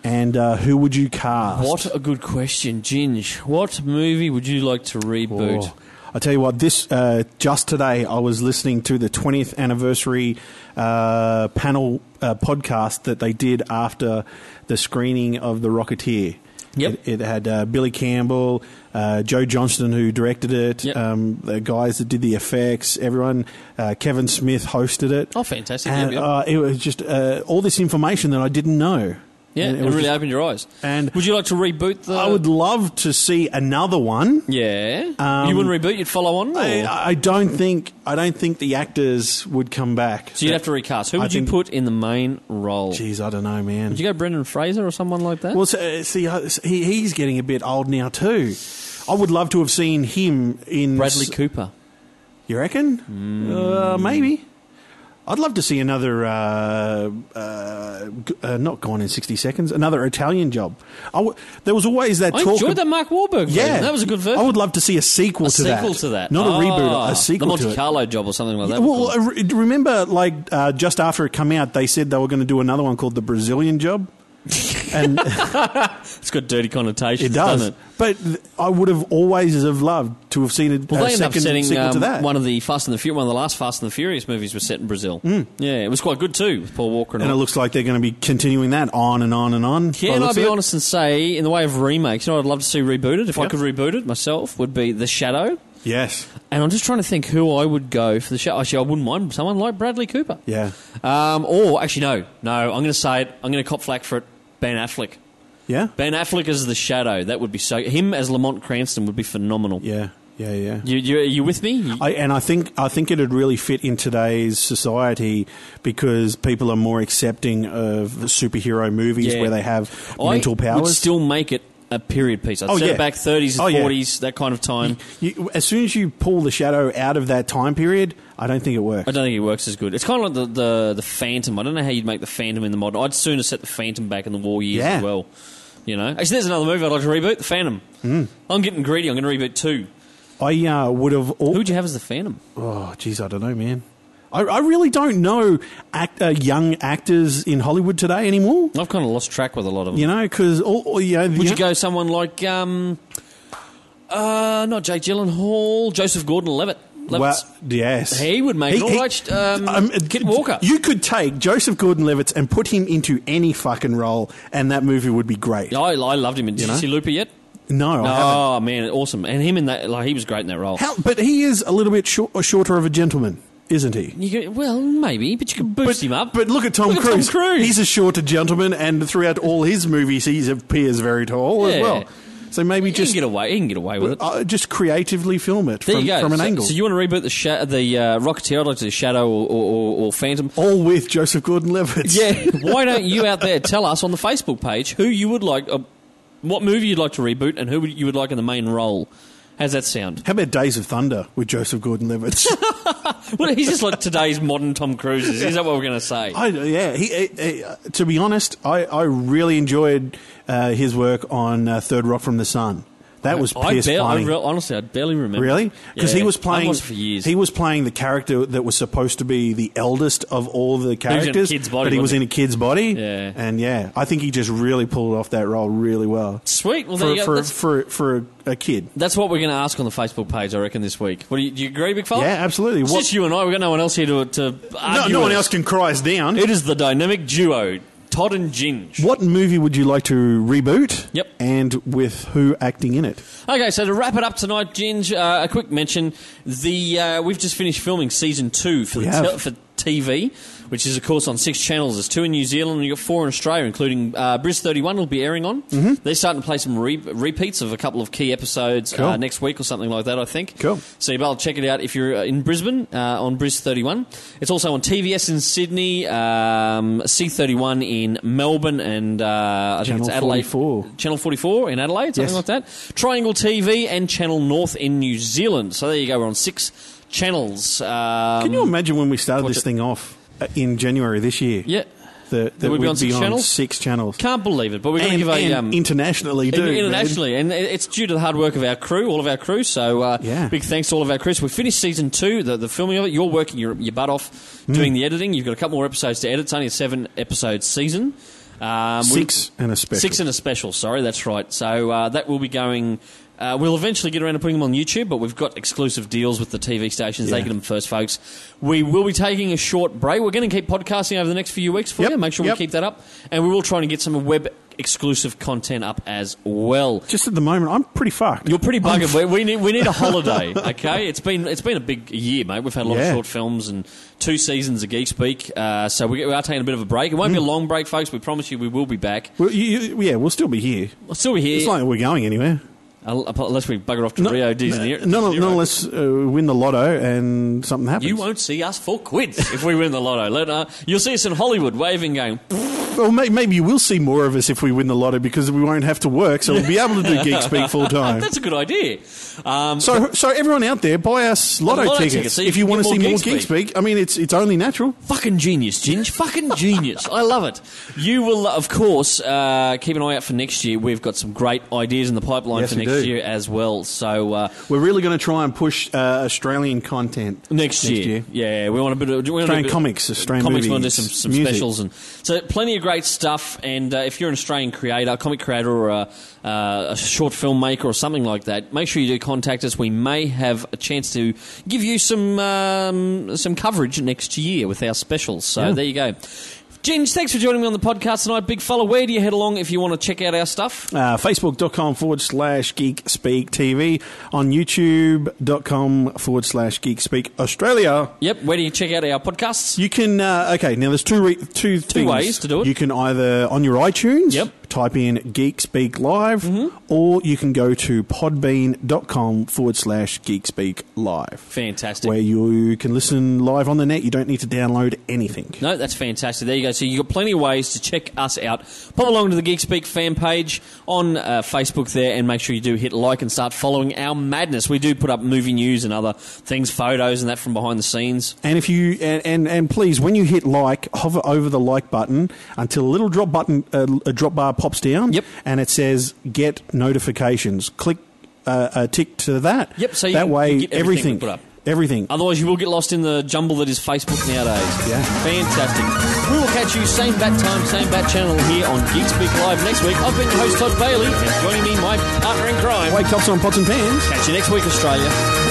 Speaker 2: and uh, who would you cast?
Speaker 1: What a good question, Ginge. What movie would you like to reboot?
Speaker 2: Oh, I tell you what, this uh, just today I was listening to the 20th anniversary uh, panel uh, podcast that they did after the screening of The Rocketeer.
Speaker 1: Yep.
Speaker 2: It, it had uh, Billy Campbell, uh, Joe Johnston, who directed it,
Speaker 1: Yep.
Speaker 2: um, the guys that did the effects, everyone. Uh, Kevin Smith hosted it.
Speaker 1: Oh, fantastic.
Speaker 2: And,
Speaker 1: Yep, yep.
Speaker 2: Uh, it was just uh, all this information that I didn't know.
Speaker 1: Yeah,
Speaker 2: And
Speaker 1: it,
Speaker 2: it was
Speaker 1: really
Speaker 2: just-
Speaker 1: opened your eyes.
Speaker 2: and-
Speaker 1: would you like to reboot the?
Speaker 2: I would love to see another one.
Speaker 1: Yeah.
Speaker 2: Um,
Speaker 1: you wouldn't reboot. You'd follow on. Or?
Speaker 2: I, I don't think I don't think the actors would come back.
Speaker 1: so you'd have to recast. Who
Speaker 2: I
Speaker 1: would you
Speaker 2: think-
Speaker 1: put in the main role? Would
Speaker 2: Jeez, I don't know, man.
Speaker 1: you go Brendan Fraser or someone like that?
Speaker 2: Well, so, uh, see, I- he, he's getting a bit old now too. I would love to have seen him in
Speaker 1: Bradley
Speaker 2: s-
Speaker 1: Cooper.
Speaker 2: You reckon? Uh, maybe. I'd love to see another, uh, uh, g- uh, not gone in sixty seconds. Another Italian job. I w- there was always that
Speaker 1: I
Speaker 2: talk.
Speaker 1: enjoyed
Speaker 2: of-
Speaker 1: that Mark Wahlberg. version.
Speaker 2: Yeah,
Speaker 1: that was a good version.
Speaker 2: I would love to see a sequel
Speaker 1: a
Speaker 2: to that.
Speaker 1: sequel to that,
Speaker 2: not
Speaker 1: Ah,
Speaker 2: a reboot. A sequel
Speaker 1: the Monte
Speaker 2: to it.
Speaker 1: Carlo job or something like that.
Speaker 2: Well, I re- remember, like uh, just after it come out, they said they were going to do another one called the Brazilian Job, and
Speaker 1: it's got dirty connotations,
Speaker 2: it does.
Speaker 1: doesn't it?
Speaker 2: But th- I would have always have loved to have seen a,
Speaker 1: Well,
Speaker 2: a
Speaker 1: they ended up
Speaker 2: second
Speaker 1: setting
Speaker 2: sequel to
Speaker 1: um,
Speaker 2: that.
Speaker 1: one of the Fast and the Furious, one of the last Fast and the Furious movies was set in Brazil. Yeah, it was quite good too, with Paul Walker and,
Speaker 2: Hmm. and it
Speaker 1: all.
Speaker 2: looks like they're going to be continuing that on and on and
Speaker 1: Yeah,
Speaker 2: on.
Speaker 1: and
Speaker 2: by the
Speaker 1: I'll
Speaker 2: looks
Speaker 1: be
Speaker 2: of it.
Speaker 1: honest and say, in the way of remakes, you know, what I'd love to see rebooted. If I
Speaker 2: Yeah.
Speaker 1: could reboot it myself, would be The Shadow.
Speaker 2: Yes.
Speaker 1: And I'm just trying to think who I would go for the show. Actually, I wouldn't mind someone like Bradley Cooper.
Speaker 2: Yeah.
Speaker 1: Um, or actually, no, no. I'm going to say it. I'm going to cop flack for it. Ben Affleck.
Speaker 2: Yeah.
Speaker 1: Ben Affleck as the Shadow. That would be so. Him as Lamont Cranston would be phenomenal.
Speaker 2: Yeah. Yeah. Yeah.
Speaker 1: You, you, are you with me? You-
Speaker 2: I, and I think I think it'd really fit in today's society because people are more accepting of superhero movies
Speaker 1: Yeah.
Speaker 2: where they have
Speaker 1: I
Speaker 2: mental
Speaker 1: would
Speaker 2: powers.
Speaker 1: still make it a period piece. I'd
Speaker 2: Oh,
Speaker 1: set
Speaker 2: yeah.
Speaker 1: it back 30s,
Speaker 2: Oh, yeah.
Speaker 1: 40s, that kind of time.
Speaker 2: You- as soon as you pull the shadow out of that time period, I don't think it works.
Speaker 1: I don't think it works as good. It's kind of like the, the, the Phantom. I don't know how you'd make the Phantom in the modern. I'd sooner set the Phantom back in the war years
Speaker 2: Yeah.
Speaker 1: as well. You know, actually, there's another movie I'd like to reboot. The Phantom.
Speaker 2: Hmm.
Speaker 1: I'm getting greedy. I'm going to reboot two.
Speaker 2: I uh, would have. All,
Speaker 1: Who'd you have as the Phantom?
Speaker 2: oh, geez, I don't know, man. I, I really don't know act, uh, young actors in Hollywood today anymore.
Speaker 1: I've kind of lost track with a lot of them.
Speaker 2: You know, because all, all- you know, the-
Speaker 1: Would you go someone like, um, uh, not Jake Gyllenhaal, Joseph Gordon-Levitt? Levitt.
Speaker 2: Well, yes,
Speaker 1: He would make an all right, um, Kit Walker.
Speaker 2: uh, You could take Joseph Gordon-Levitt and put him into any fucking role, and that movie would be great.
Speaker 1: I, I loved him. in Did you,
Speaker 2: know?
Speaker 1: see Looper yet?
Speaker 2: No, I haven't.
Speaker 1: Oh man, awesome! And him in that, like, he was great in that role.
Speaker 2: How, but he is a little bit shor- shorter of a gentleman, isn't he?
Speaker 1: You could, well, maybe, but you could boost him up.
Speaker 2: But look at Tom
Speaker 1: Look at Tom
Speaker 2: Cruise.
Speaker 1: Cruise.
Speaker 2: He's a shorter gentleman, and throughout all his movies, he appears very tall as
Speaker 1: Yeah.
Speaker 2: well. So maybe
Speaker 1: he can
Speaker 2: just
Speaker 1: get away. He can get away with it.
Speaker 2: uh, just creatively film it
Speaker 1: There
Speaker 2: from,
Speaker 1: you go.
Speaker 2: from an
Speaker 1: so,
Speaker 2: angle,
Speaker 1: so you want to reboot the sha- the uh, Rocketeer? I'd like to do Shadow or, or, or, or Phantom.
Speaker 2: all with Joseph Gordon-Levitt.
Speaker 1: Yeah. Why don't you out there tell us on the Facebook page who you would like, uh, what movie you'd like to reboot, and who would- you would like in the main role? How's that sound?
Speaker 2: How about Days of Thunder with Joseph Gordon-Levitt?
Speaker 1: Well, he's just like today's modern Tom Cruise. Is Is that what we're going to say?
Speaker 2: I, yeah, he, eh, eh, to be honest, I, I really enjoyed uh, his work on uh, Third Rock from the Sun. That was
Speaker 1: I,
Speaker 2: piss
Speaker 1: barely, I
Speaker 2: funny.
Speaker 1: re- honestly, I barely remember.
Speaker 2: Really? Because
Speaker 1: Yeah.
Speaker 2: he was
Speaker 1: I've
Speaker 2: playing
Speaker 1: watched it for years.
Speaker 2: He was playing the character that was supposed to be the eldest of all the
Speaker 1: in a
Speaker 2: characters,
Speaker 1: kid's body,
Speaker 2: but he was
Speaker 1: wasn't
Speaker 2: in a kid's body.
Speaker 1: Yeah.
Speaker 2: and yeah, I think he just really pulled off that role really well
Speaker 1: Sweet. Well, there
Speaker 2: for
Speaker 1: you go.
Speaker 2: for,
Speaker 1: That's-
Speaker 2: for for a kid.
Speaker 1: That's what we're going to ask on the Facebook page, I reckon, this week. What do you, do you agree, big fella?
Speaker 2: Yeah, absolutely.
Speaker 1: It's
Speaker 2: What-
Speaker 1: just you and I. We've got no one else here to, to
Speaker 2: no,
Speaker 1: argue.
Speaker 2: no one
Speaker 1: with
Speaker 2: else
Speaker 1: us.
Speaker 2: can cry us down.
Speaker 1: It is the dynamic duo, Todd and Ginge.
Speaker 2: what movie would you like to reboot?
Speaker 1: Yep.
Speaker 2: and with who acting in it?
Speaker 1: Okay, so to wrap it up tonight, Ginge, uh, a quick mention. The uh, We've just finished filming season two for,
Speaker 2: We
Speaker 1: the
Speaker 2: have.
Speaker 1: tel- for TV, which is, of course, on six channels. There's two in New Zealand and you've got four in Australia, including uh, Briz 31 will be airing on.
Speaker 2: Mm-hmm.
Speaker 1: They're starting to play some re- repeats of a couple of key episodes
Speaker 2: Cool.
Speaker 1: uh, next week or something like that, I think.
Speaker 2: Cool.
Speaker 1: So you'll be able to check it out if you're uh, in Brisbane uh, on Bris 31. It's also on TVS in Sydney, um, C31 in Melbourne, and uh, I think
Speaker 2: Channel
Speaker 1: it's Adelaide.
Speaker 2: 44.
Speaker 1: Channel 44 in Adelaide, something
Speaker 2: Yes.
Speaker 1: like that. Triangle TV and Channel North in New Zealand. So there you go, we're on six channels. Um,
Speaker 2: Can you imagine when we started
Speaker 1: watch
Speaker 2: this
Speaker 1: it.
Speaker 2: thing off uh, in January this year?
Speaker 1: Yeah.
Speaker 2: that, that
Speaker 1: we'd
Speaker 2: we'd
Speaker 1: be on six channels?
Speaker 2: six channels.
Speaker 1: Can't believe it, but we're going to
Speaker 2: and,
Speaker 1: give a.
Speaker 2: and
Speaker 1: um,
Speaker 2: internationally,
Speaker 1: in-
Speaker 2: too. man.
Speaker 1: internationally, and it- it's due to the hard work of our crew, all of our crew. So, uh,
Speaker 2: Yeah.
Speaker 1: big thanks to all of our crew. So we finished season two, the, the filming of it. You're working your, your butt
Speaker 2: Hmm.
Speaker 1: off doing the editing. You've got a couple more episodes to edit. It's only a seven episode season. Um, we-
Speaker 2: Six and a special.
Speaker 1: Six and a special, sorry, that's right. So uh, that will be going. Uh, we'll eventually get around to putting them on YouTube, but we've got exclusive deals with the TV stations. They
Speaker 2: Yeah.
Speaker 1: get them first, folks. We will be taking a short break. We're going to keep podcasting over the next few weeks for
Speaker 2: Yep,
Speaker 1: you. Make sure
Speaker 2: yep.
Speaker 1: we keep that up. And we will try and get some web exclusive content up as well.
Speaker 2: Just at the moment, I'm pretty fucked.
Speaker 1: You're pretty buggered. We, we need we need a holiday. Okay, it's been it's been a big year, mate. We've had a lot
Speaker 2: Yeah.
Speaker 1: of short films and two seasons of Geek Speak. Uh, so we, we are taking a bit of a break. It won't
Speaker 2: Mm.
Speaker 1: be a long break, folks. We promise you, we will be back.
Speaker 2: Well, you, you, yeah, we'll still be here.
Speaker 1: We're still here.
Speaker 2: It's not like we're going anywhere.
Speaker 1: Un- Unless we bugger off to Rio de Janeiro.
Speaker 2: No, no,
Speaker 1: Janeiro.
Speaker 2: not unless uh, we win the lotto and something happens.
Speaker 1: You won't see us for quids if we win the lotto. Let, uh, you'll see us in Hollywood waving, going,
Speaker 2: Or may, maybe you will see more of us if we win the lotto because we won't have to work, so we'll be able to do Geek Speak full time.
Speaker 1: that's a good idea. Um,
Speaker 2: So, so everyone out there, buy us lotto,
Speaker 1: lotto
Speaker 2: tickets,
Speaker 1: tickets, so you
Speaker 2: if
Speaker 1: can
Speaker 2: you
Speaker 1: get
Speaker 2: want to
Speaker 1: more
Speaker 2: see more
Speaker 1: Geek
Speaker 2: Geek Speak. I mean, it's it's only natural.
Speaker 1: fucking genius, Ginge. Fucking genius. I love it. You will, of course, uh, keep an eye out for next year. We've got some great ideas in the pipeline
Speaker 2: Yes,
Speaker 1: for
Speaker 2: we
Speaker 1: next
Speaker 2: do.
Speaker 1: year as well. So uh,
Speaker 2: We're really going to try and push uh, Australian content
Speaker 1: next, year, yeah, we want a bit of we want a
Speaker 2: Australian
Speaker 1: bit-
Speaker 2: comics, Australian
Speaker 1: comics.
Speaker 2: movies,
Speaker 1: We want to do some, some
Speaker 2: music.
Speaker 1: specials and so plenty of great stuff. And uh, if you're an Australian creator, comic creator, or a, uh, a short filmmaker or something like that, make sure you do contact us. We may have a chance to give you some um, some coverage next year with our specials. So there you go. Ginge, thanks for joining me on the podcast tonight. Big fella, where do you head along if you want to check out our stuff?
Speaker 2: uh, facebook.com forward slash geek speak tv on youtube.com forward slash geek speak australia
Speaker 1: Yep, where do you check out our podcasts?
Speaker 2: you can uh, okay now there's two re- two, things.
Speaker 1: ways to do it.
Speaker 2: you can either on your itunes
Speaker 1: Yep. Mm-hmm.
Speaker 2: type in geek speak live or you can go to podbean.com forward slash geek speak live
Speaker 1: Fantastic.
Speaker 2: where you can listen live on the net you don't need to download anything
Speaker 1: No, that's fantastic. There you go. So you've got plenty of ways to check us out. Pop along to the Geek Speak fan page on uh, Facebook there and make sure you do hit like and start following our madness. We do put up movie news and other things, photos and that from behind the scenes.
Speaker 2: And if you and, and, and please, when you hit like, hover over the like button until a little drop button, uh, a drop bar pops down,
Speaker 1: Yep.
Speaker 2: and it says "Get notifications." Click uh, a tick to that.
Speaker 1: Yep, so you-
Speaker 2: that way
Speaker 1: you get everything we
Speaker 2: everything,
Speaker 1: put up.
Speaker 2: everything.
Speaker 1: Otherwise, you will get lost in the jumble that is Facebook nowadays.
Speaker 2: Yeah.
Speaker 1: Fantastic. We will catch you same bat time, same bat channel here on Geek Speak Live next week. I've been your host, Todd Bailey, and joining me, my partner in crime.
Speaker 2: Wake up, on pots and pans.
Speaker 1: Catch you next week, Australia.